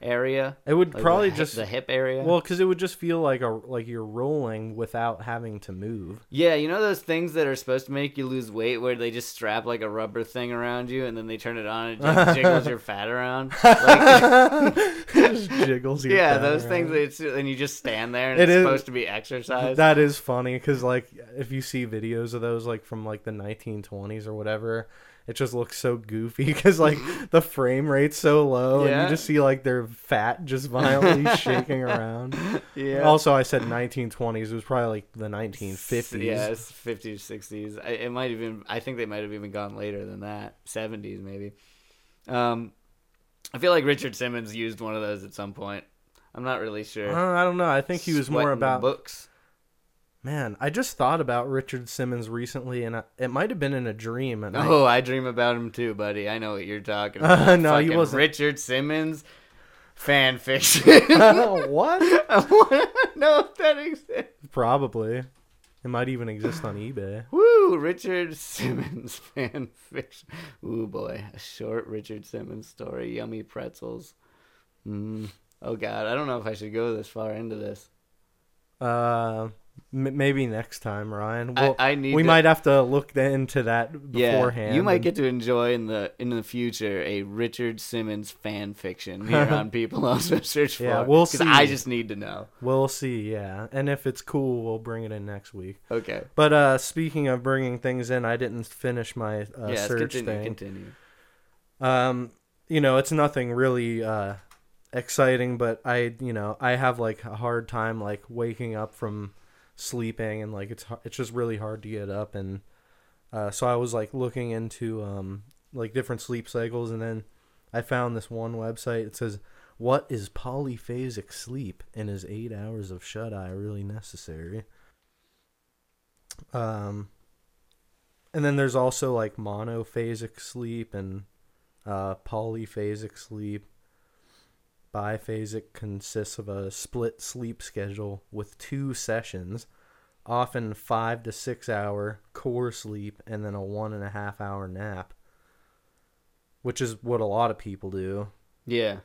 Speaker 1: area,
Speaker 2: it would
Speaker 1: like, the
Speaker 2: probably
Speaker 1: hi-
Speaker 2: just
Speaker 1: the hip area.
Speaker 2: well, because it would just feel like a like you're rolling without having to move.
Speaker 1: yeah, you know those things that are supposed to make you lose weight, where they just strap like a rubber thing around you, and then they turn it on and it just jiggles your fat around. Like,
Speaker 2: just jiggles your
Speaker 1: yeah,
Speaker 2: thumb
Speaker 1: those things.
Speaker 2: around.
Speaker 1: That it's, and you just stand there, and
Speaker 2: It
Speaker 1: it's
Speaker 2: is-
Speaker 1: supposed to be exercise.
Speaker 2: That is funny because like if you see videos of those like from like the 1920s or whatever, it just looks so goofy because like the frame rate's so low and
Speaker 1: Yeah.
Speaker 2: you just see like their fat just violently shaking around.
Speaker 1: yeah.
Speaker 2: Also, I said 1920s. It was probably like the 1950s.
Speaker 1: Yes, fifties, sixties. I It might even. I think they might have even gone later than that. Seventies, maybe. Um, I feel like Richard Simmons used one of those at some point. I'm not really
Speaker 2: I
Speaker 1: sure.
Speaker 2: don't- I don't know. I think he was more
Speaker 1: Sweating the
Speaker 2: about
Speaker 1: books.
Speaker 2: man. I just thought about Richard Simmons recently, and I, it might have been in a dream. And I,
Speaker 1: Oh, I dream about him too, buddy. I know what you're talking about.
Speaker 2: Uh, no, he
Speaker 1: Fucking
Speaker 2: wasn't.
Speaker 1: Richard Simmons fan fiction.
Speaker 2: what?
Speaker 1: I want to know if that exists.
Speaker 2: Probably. It might even exist on eBay.
Speaker 1: Woo! Richard Simmons fan fiction. Ooh boy, a short Richard Simmons story. Yummy pretzels. Mm. Oh god, I don't know if I should go this far into this.
Speaker 2: Uh, m- maybe next time, Ryan.
Speaker 1: I- I need
Speaker 2: We
Speaker 1: to-
Speaker 2: might have to look into that
Speaker 1: Yeah,
Speaker 2: beforehand.
Speaker 1: you might
Speaker 2: and-
Speaker 1: get to enjoy in the in the future a Richard Simmons fan fiction here on People Also Search For.
Speaker 2: Yeah, we'll
Speaker 1: 'cause
Speaker 2: see.
Speaker 1: I just need to know.
Speaker 2: We'll see. Yeah, and if it's cool, we'll bring it in next week.
Speaker 1: Okay.
Speaker 2: But uh, speaking of bringing things in, I didn't finish my uh,
Speaker 1: yes,
Speaker 2: search
Speaker 1: continue.
Speaker 2: thing.
Speaker 1: Continue.
Speaker 2: Um, you know, it's nothing really uh exciting, but I, you know, I have like a hard time like waking up from sleeping and like it's har- it's just really hard to get up and uh so I was like looking into um like different sleep cycles and then I found this one website. It says what is polyphasic sleep and is 8 hours of shut eye really necessary? Um And then there's also like monophasic sleep and uh, polyphasic sleep. Biphasic consists of a split sleep schedule with two sessions, often five to six hour core sleep, and then a one and a half hour nap, which is what a lot of people do.
Speaker 1: Yeah.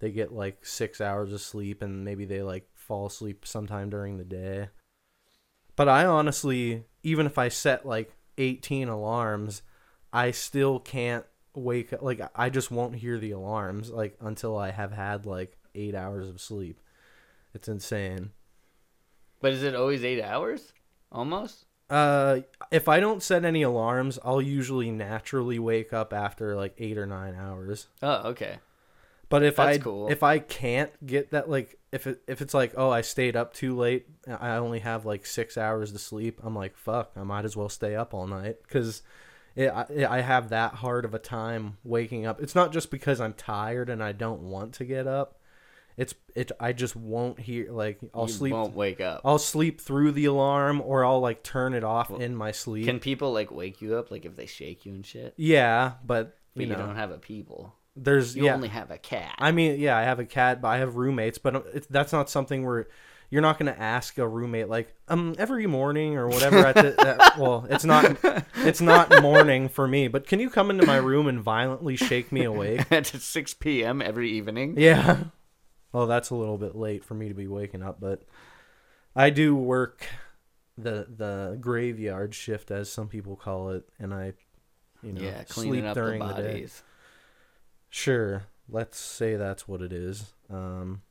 Speaker 2: They get like six hours of sleep and maybe they like fall asleep sometime during the day. But I honestly, even if I set like 18 alarms, I still can't wake up. Like, I just won't hear the alarms, like, until I have had like eight hours of sleep. It's insane.
Speaker 1: But is it always eight hours? Almost?
Speaker 2: Uh, if I don't set any alarms, I'll usually naturally wake up after like eight or nine hours.
Speaker 1: Oh, okay.
Speaker 2: But if
Speaker 1: That's
Speaker 2: I
Speaker 1: cool.
Speaker 2: if I can't get that like if it, if it's like oh I stayed up too late and I only have like six hours to sleep I'm like fuck I might as well stay up all night because it, I, it, I have that hard of a time waking up. It's not just because I'm tired and I don't want to get up. It's it I just won't hear like I'll
Speaker 1: you
Speaker 2: sleep
Speaker 1: won't wake up.
Speaker 2: I'll sleep through the alarm or I'll like turn it off in my sleep.
Speaker 1: Can people like wake you up like if they shake you and shit?
Speaker 2: yeah, but
Speaker 1: But
Speaker 2: you
Speaker 1: you,
Speaker 2: know
Speaker 1: don't have a people.
Speaker 2: there's
Speaker 1: You
Speaker 2: yeah.
Speaker 1: only have a cat.
Speaker 2: I mean, yeah, I have a cat, but I have roommates, but it, that's not something where you're not going to ask a roommate like um every morning or whatever at the at, well it's not it's not morning for me but can you come into my room and violently shake me awake
Speaker 1: At 6 p.m. every evening.
Speaker 2: yeah well that's a little bit late for me to be waking up but i do work the the graveyard shift as some people call it and i you know
Speaker 1: yeah,
Speaker 2: sleep
Speaker 1: cleaning up the
Speaker 2: during the day
Speaker 1: bodies.
Speaker 2: sure let's say that's what it is um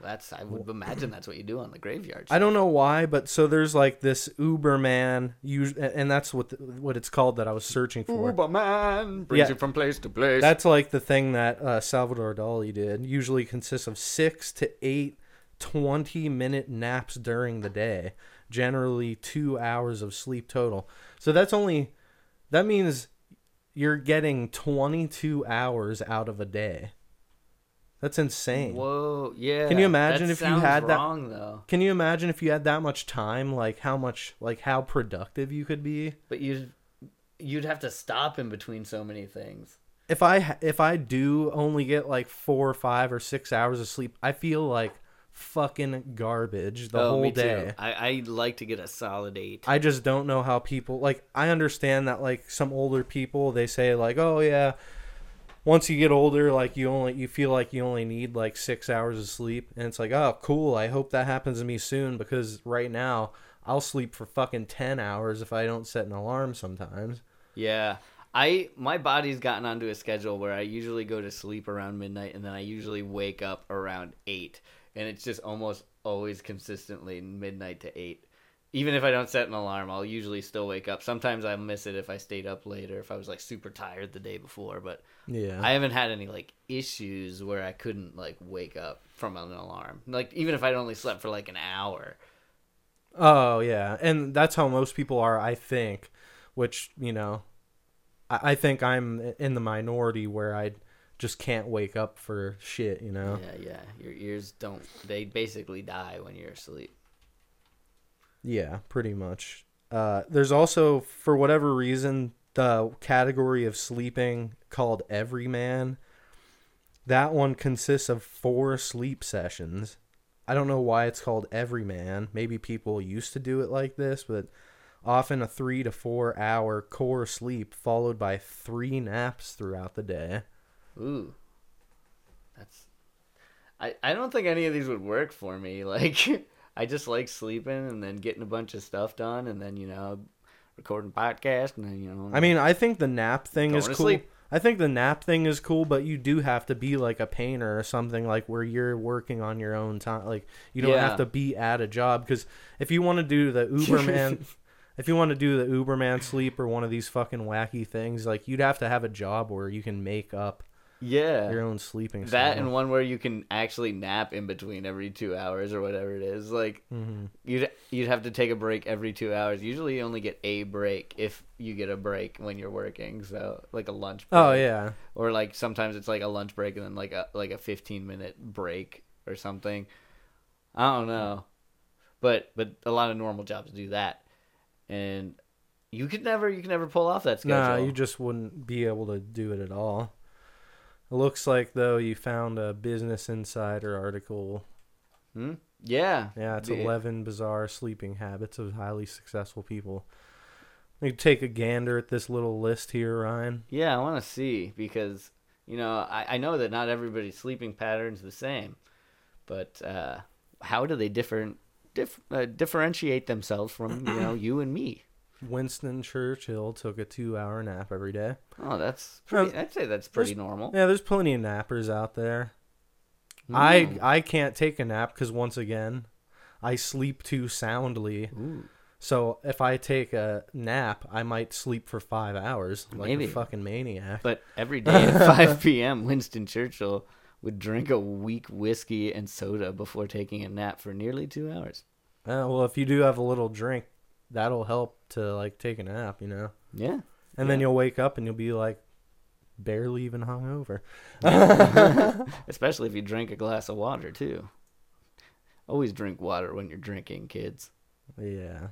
Speaker 1: That's I would imagine that's what you do on the graveyard.
Speaker 2: I don't know why, but so there's like this Uberman, us- and that's what the, what it's called that I was searching for.
Speaker 1: Uberman brings
Speaker 2: Yeah.
Speaker 1: you from place to place.
Speaker 2: That's like the thing that uh, Salvador Dali did. Usually consists of six to eight 20 minute naps during the day, generally two hours of sleep total. So that's only, that means you're getting 22 hours out of a day. That's insane.
Speaker 1: Whoa, yeah.
Speaker 2: Can you imagine
Speaker 1: that
Speaker 2: if you
Speaker 1: sounds
Speaker 2: had that-
Speaker 1: wrong, though?
Speaker 2: Can you imagine if you had that much time, like how much, like how productive you could be?
Speaker 1: But you'd you'd have to stop in between so many things.
Speaker 2: if I if I do only get like four or five or six hours of sleep, I feel like fucking garbage the
Speaker 1: oh,
Speaker 2: whole
Speaker 1: me
Speaker 2: day.
Speaker 1: Too. I I like to get a solid eight.
Speaker 2: I just don't know how people like. I understand that like some older people they say like, oh yeah, once you get older, like you only you feel like you only need like six hours of sleep, and it's like, oh cool. I hope that happens to me soon because right now I'll sleep for fucking ten hours if I don't set an alarm sometimes.
Speaker 1: Yeah. I my body's gotten onto a schedule where I usually go to sleep around midnight and then I usually wake up around 8 and it's just almost always consistently midnight to 8. Even if I don't set an alarm, I'll usually still wake up. Sometimes I miss it if I stayed up later, if I was like super tired the day before, but
Speaker 2: Yeah.
Speaker 1: I haven't had any like issues where I couldn't like wake up from an alarm. Like even if I'd only slept for like an hour.
Speaker 2: Oh yeah, and that's how most people are, I think. Which you know, I, I think I'm in the minority where I just can't wake up for shit. You know.
Speaker 1: Yeah, yeah. Your ears don't they basically die when you're asleep.
Speaker 2: Yeah, pretty much. Uh, there's also, for whatever reason, the category of sleeping called everyman. That one consists of four sleep sessions. I don't know why it's called everyman. Maybe people used to do it like this, but often a three to four hour core sleep followed by three naps throughout the day.
Speaker 1: Ooh, that's. I I don't think any of these would work for me. Like I just like sleeping and then getting a bunch of stuff done and then you know recording podcast and then you know.
Speaker 2: I mean, I think the nap thing
Speaker 1: Going
Speaker 2: is
Speaker 1: to
Speaker 2: cool.
Speaker 1: sleep.
Speaker 2: I think the nap thing is cool, but you do have to be like a painter or something like where you're working on your own time. Like you don't
Speaker 1: Yeah.
Speaker 2: have to be at a job because if you want to do the Uberman, if you want to do the Uberman sleep or one of these fucking wacky things, like you'd have to have a job where you can make up your
Speaker 1: yeah,
Speaker 2: own sleeping.
Speaker 1: that
Speaker 2: schedule.
Speaker 1: and one where you can actually nap in between every two hours or whatever it is. Like
Speaker 2: Mm-hmm.
Speaker 1: you'd you'd have to take a break every two hours. Usually, you only get a break if you get a break when you're working. So like a lunch. break.
Speaker 2: oh yeah,
Speaker 1: or like sometimes it's like a lunch break and then like a like a 15 minute break or something i don't know but but a lot of normal jobs do that and You could never, you could never pull off that schedule.
Speaker 2: Nah, you just wouldn't be able to do it at all. It looks like though you found a Business Insider article.
Speaker 1: Hmm? Yeah.
Speaker 2: Yeah, it's
Speaker 1: The-
Speaker 2: eleven bizarre sleeping habits of highly successful people. You take a gander at this little list here, Ryan.
Speaker 1: Yeah, I want to see because you know I, I know that not everybody's sleeping patterns the same, but uh, how do they different dif- uh, differentiate themselves from you know you and me?
Speaker 2: Winston Churchill took a two-hour nap every day.
Speaker 1: Oh, that's
Speaker 2: Well,
Speaker 1: pretty, I'd say that's pretty normal.
Speaker 2: Yeah, there's plenty of nappers out there. I
Speaker 1: Mm.
Speaker 2: I can't take a nap because once again, I sleep too soundly.
Speaker 1: Ooh.
Speaker 2: So if I take a nap, I might sleep for five hours like
Speaker 1: Maybe.
Speaker 2: a fucking maniac.
Speaker 1: But every day at 5 p.m., Winston Churchill would drink a weak whiskey and soda before taking a nap for nearly two hours.
Speaker 2: Uh, well, if you do have a little drink, that'll help to like take a nap, you know.
Speaker 1: Yeah.
Speaker 2: And then
Speaker 1: Yeah.
Speaker 2: you'll wake up and you'll be like barely even hungover.
Speaker 1: Especially if you drink a glass of water, too. Always drink water when you're drinking, kids.
Speaker 2: Yeah.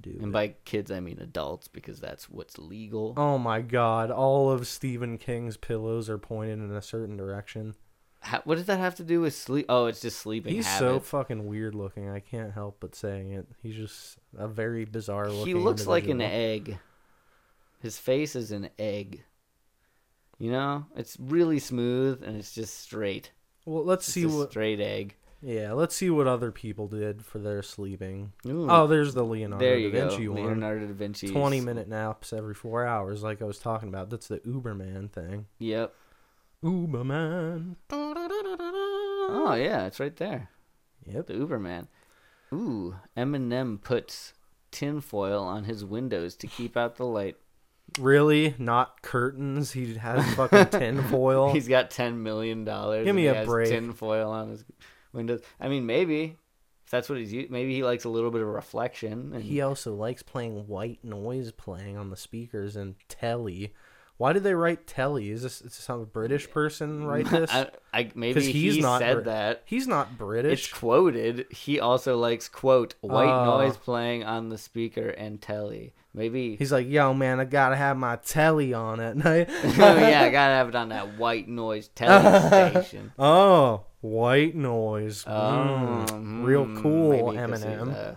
Speaker 2: Dude.
Speaker 1: And by kids, I mean adults because that's what's legal.
Speaker 2: oh my god, all of Stephen King's pillows are pointed in a certain direction.
Speaker 1: How, what does that have to do with sleep? Oh, it's just sleeping
Speaker 2: He's so
Speaker 1: habits.
Speaker 2: fucking weird looking. I can't help but saying it. He's just a very bizarre looking.
Speaker 1: he looks like an
Speaker 2: individual.
Speaker 1: egg. His face is an egg. You know, it's really smooth and it's just straight.
Speaker 2: Well, let's
Speaker 1: It's
Speaker 2: see
Speaker 1: a
Speaker 2: what.
Speaker 1: straight egg.
Speaker 2: Yeah, let's see what other people did for their sleeping.
Speaker 1: Ooh.
Speaker 2: Oh, there's the Leonardo
Speaker 1: Hmm. there you
Speaker 2: da Vinci
Speaker 1: go.
Speaker 2: one.
Speaker 1: Leonardo da Vinci.
Speaker 2: Twenty minute naps every four hours, like I was talking about. That's the Uberman thing.
Speaker 1: Yep.
Speaker 2: Uberman.
Speaker 1: Oh yeah, it's right there.
Speaker 2: Yep.
Speaker 1: The Uberman. Ooh, Eminem puts tinfoil on his windows to keep out the light.
Speaker 2: Really? Not curtains. He has fucking tinfoil.
Speaker 1: He's got ten million dollars.
Speaker 2: Give me
Speaker 1: and he
Speaker 2: a
Speaker 1: has
Speaker 2: break.
Speaker 1: Tinfoil on his windows. I mean, maybe if that's what he's. u- Maybe he likes a little bit of reflection. And
Speaker 2: He also likes playing white noise playing on the speakers and telly. Why did they write telly? Is this is some British person write this?
Speaker 1: I, I, maybe
Speaker 2: Because he's
Speaker 1: he
Speaker 2: not
Speaker 1: said
Speaker 2: Brit-
Speaker 1: that.
Speaker 2: He's not
Speaker 1: It's
Speaker 2: British.
Speaker 1: quoted. He also likes quote white
Speaker 2: Oh.
Speaker 1: noise playing on the speaker and telly. Maybe
Speaker 2: He's like, yo, man, I gotta have my telly on at night.
Speaker 1: oh yeah, I gotta have it on that white noise
Speaker 2: Mm.
Speaker 1: television station.
Speaker 2: oh, white noise.
Speaker 1: Oh,
Speaker 2: Mm. Real
Speaker 1: mm,
Speaker 2: cool,
Speaker 1: maybe 'cause he's
Speaker 2: Eminem.
Speaker 1: a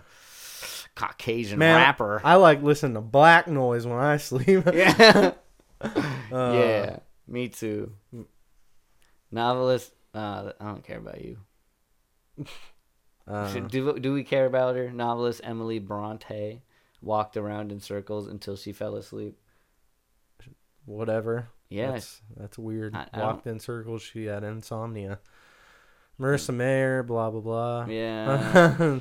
Speaker 1: Caucasian
Speaker 2: Man,
Speaker 1: rapper.
Speaker 2: I like listening to black noise when I sleep.
Speaker 1: yeah,
Speaker 2: Uh,
Speaker 1: yeah, me too. Novelist. Uh, I don't care about you.
Speaker 2: uh,
Speaker 1: Should, do do we care about her? Novelist Emily Bronte walked around in circles until she fell asleep.
Speaker 2: whatever.
Speaker 1: Yeah.
Speaker 2: That's, that's weird.
Speaker 1: I- I
Speaker 2: Walked in circles. She had insomnia. Marissa Mayer, blah, blah, blah.
Speaker 1: Yeah,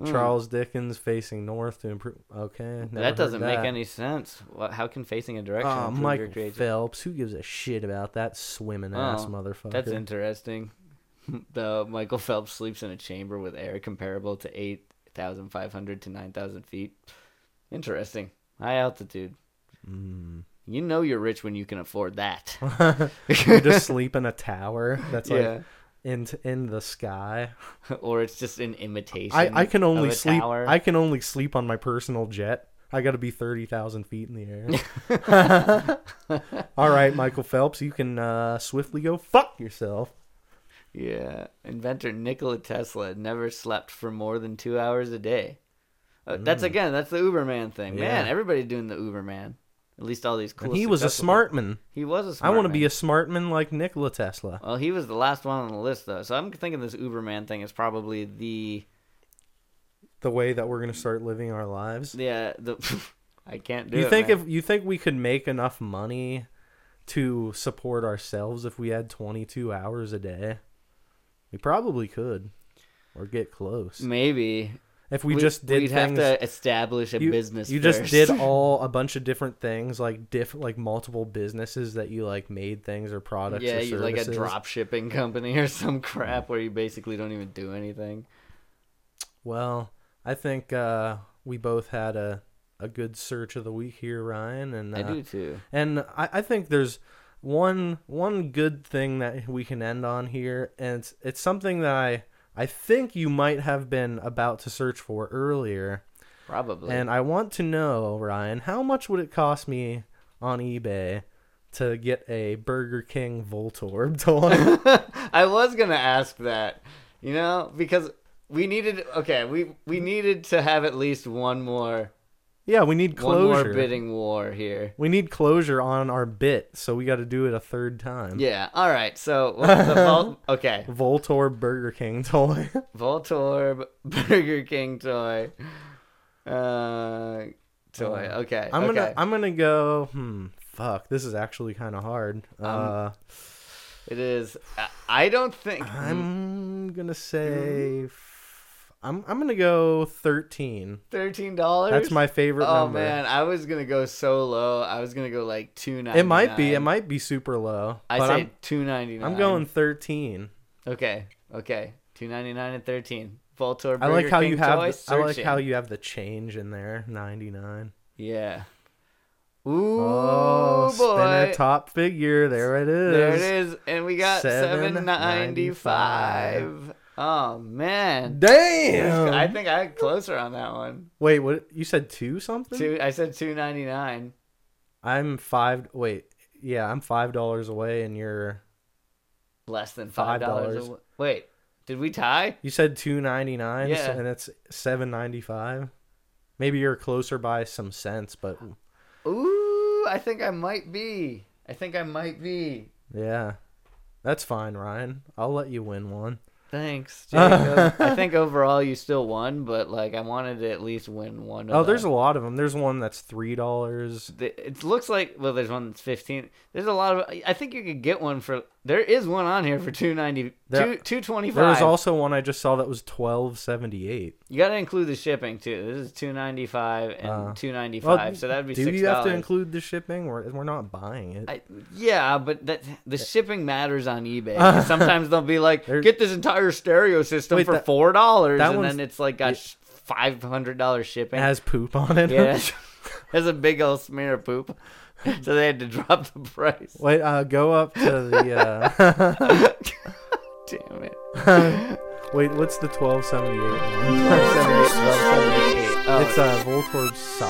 Speaker 1: Mm.
Speaker 2: Charles Dickens facing north to improve. Okay, never heard
Speaker 1: that doesn't
Speaker 2: that.
Speaker 1: make any sense. What, how can facing a direction
Speaker 2: Oh,
Speaker 1: improve your
Speaker 2: Michael
Speaker 1: creativity?
Speaker 2: Phelps, who gives a shit about that swimming ass
Speaker 1: Oh,
Speaker 2: motherfucker?
Speaker 1: That's interesting. The Michael Phelps sleeps in a chamber with air comparable to 8,500 to 9,000 feet. Interesting. High altitude.
Speaker 2: Mm.
Speaker 1: You know you're rich when you can afford that.
Speaker 2: you just sleep in a tower that's like
Speaker 1: yeah.
Speaker 2: in in the sky.
Speaker 1: or it's just an imitation.
Speaker 2: I, I can
Speaker 1: of
Speaker 2: only
Speaker 1: a
Speaker 2: sleep.
Speaker 1: tower.
Speaker 2: I can only sleep on my personal jet. I got to be thirty thousand feet in the air. All right, Michael Phelps, you can uh, swiftly go fuck yourself.
Speaker 1: Yeah. Inventor Nikola Tesla never slept for more than two hours a day. Uh, That's again, that's the Uberman thing. Man,
Speaker 2: Mm. Yeah.
Speaker 1: everybody's doing the Uberman. At least all these cool
Speaker 2: and he was a
Speaker 1: successful-
Speaker 2: smart man.
Speaker 1: He was a
Speaker 2: I
Speaker 1: smart
Speaker 2: want to be
Speaker 1: man.
Speaker 2: a smart man like Nikola Tesla.
Speaker 1: Well, he was the last one on the list, though, so I'm thinking this Uberman thing is probably the
Speaker 2: the way that we're gonna start living our lives.
Speaker 1: yeah the I can't do.
Speaker 2: you
Speaker 1: it,
Speaker 2: think
Speaker 1: man.
Speaker 2: if you think we could make enough money to support ourselves if we had 22 hours a day? We probably could, or get close.
Speaker 1: maybe
Speaker 2: If we, just did
Speaker 1: we'd
Speaker 2: things,
Speaker 1: have to establish a
Speaker 2: you,
Speaker 1: business.
Speaker 2: you
Speaker 1: first.
Speaker 2: just did all a bunch of different things, like diff, like multiple businesses that you like made things or products.
Speaker 1: yeah,
Speaker 2: or
Speaker 1: you like a
Speaker 2: services.
Speaker 1: drop shipping company or some crap where you basically don't even do anything.
Speaker 2: Well, I think uh, we both had a a good search of the week here, Ryan, and uh,
Speaker 1: I do too.
Speaker 2: And I, I think there's one one good thing that we can end on here, and it's, it's something that I I think you might have been about to search for earlier,
Speaker 1: Probably.
Speaker 2: And I want to know, Ryan, how much would it cost me on eBay to get a Burger King Voltorb toy?
Speaker 1: I was gonna ask that, you know, because we needed. Okay, we we needed to have at least one more
Speaker 2: yeah, we need
Speaker 1: one
Speaker 2: closure.
Speaker 1: more bidding war here.
Speaker 2: we need closure on our bit, so we got to do it a third time.
Speaker 1: Yeah. All right. So well, the Vol- okay,
Speaker 2: Voltorb Burger King toy.
Speaker 1: Voltorb Burger King toy, uh, toy. Okay.
Speaker 2: Oh. I'm gonna
Speaker 1: okay.
Speaker 2: I'm gonna go. Hmm. Fuck. This is actually kind of hard.
Speaker 1: Um,
Speaker 2: Uh,
Speaker 1: It is. I- I don't think. hmm.
Speaker 2: I'm
Speaker 1: Mm-hmm.
Speaker 2: gonna say. f- I'm I'm gonna go thirteen.
Speaker 1: Thirteen dollars.
Speaker 2: That's my favorite
Speaker 1: Oh
Speaker 2: number.
Speaker 1: man, I was gonna go so low. I was gonna go like two ninety.
Speaker 2: It might be. It might be super low.
Speaker 1: I
Speaker 2: but
Speaker 1: say
Speaker 2: I'm,
Speaker 1: two ninety nine.
Speaker 2: I'm going 13.
Speaker 1: Okay. Okay. Two ninety nine and thirteen. Voltor. Burger
Speaker 2: I like how
Speaker 1: King
Speaker 2: you have.
Speaker 1: toy,
Speaker 2: The, I like
Speaker 1: searching.
Speaker 2: how you have the change in there. 99.
Speaker 1: Yeah. Ooh
Speaker 2: Oh, spin
Speaker 1: boy.
Speaker 2: a top figure. There it is.
Speaker 1: there it is, and we got seven ninety
Speaker 2: $7.95.
Speaker 1: five. Oh man.
Speaker 2: Damn.
Speaker 1: I think I had closer on that one.
Speaker 2: Wait, what? You said two something?
Speaker 1: Two. I said two ninety nine.
Speaker 2: I'm five. Wait, yeah, I'm five dollars away, and you're.
Speaker 1: Less than
Speaker 2: Five
Speaker 1: five dollars.
Speaker 2: dollars.
Speaker 1: Wait. Did we tie?
Speaker 2: You said two ninety nine,
Speaker 1: Yeah.
Speaker 2: and it's seven ninety five. Maybe you're closer by some cents, but
Speaker 1: Ooh, I think I might be. I think I might be.
Speaker 2: yeah, that's fine, Ryan. I'll let you win one.
Speaker 1: Thanks, Jacob. I think overall you still won, but like I wanted to at least win one. Of
Speaker 2: Oh, there's a
Speaker 1: them.
Speaker 2: lot of them. There's one that's three dollars.
Speaker 1: The- It looks like well, there's one that's fifteen. There's a lot of. I- I think you could get one for. There is one on here for two ninety. Two
Speaker 2: There-
Speaker 1: two twenty
Speaker 2: There was
Speaker 1: five.
Speaker 2: also one I just saw that was twelve seventy eight.
Speaker 1: You got to include the shipping too. This is two ninety five and
Speaker 2: Uh,
Speaker 1: two ninety five. so that'd be
Speaker 2: do
Speaker 1: six
Speaker 2: you have to
Speaker 1: dollars.
Speaker 2: include the shipping? We're we're not buying it.
Speaker 1: I, yeah, but that the shipping matters on eBay. 'cause Sometimes they'll be like,
Speaker 2: There's-
Speaker 1: "Get this entire stereo system
Speaker 2: Wait,
Speaker 1: for
Speaker 2: that-
Speaker 1: four dollars,"
Speaker 2: that
Speaker 1: and
Speaker 2: one's-
Speaker 1: then it's like got five hundred dollars
Speaker 2: it
Speaker 1: shipping.
Speaker 2: has poop on it.
Speaker 1: yeah, that's a big old smear of poop. so they had to drop the price.
Speaker 2: Wait, uh, go up to the. Uh,
Speaker 1: Damn it!
Speaker 2: wait, what's the twelve seventy eight one?
Speaker 1: 1278. Oh,
Speaker 2: It's uh, Voltorb's sock.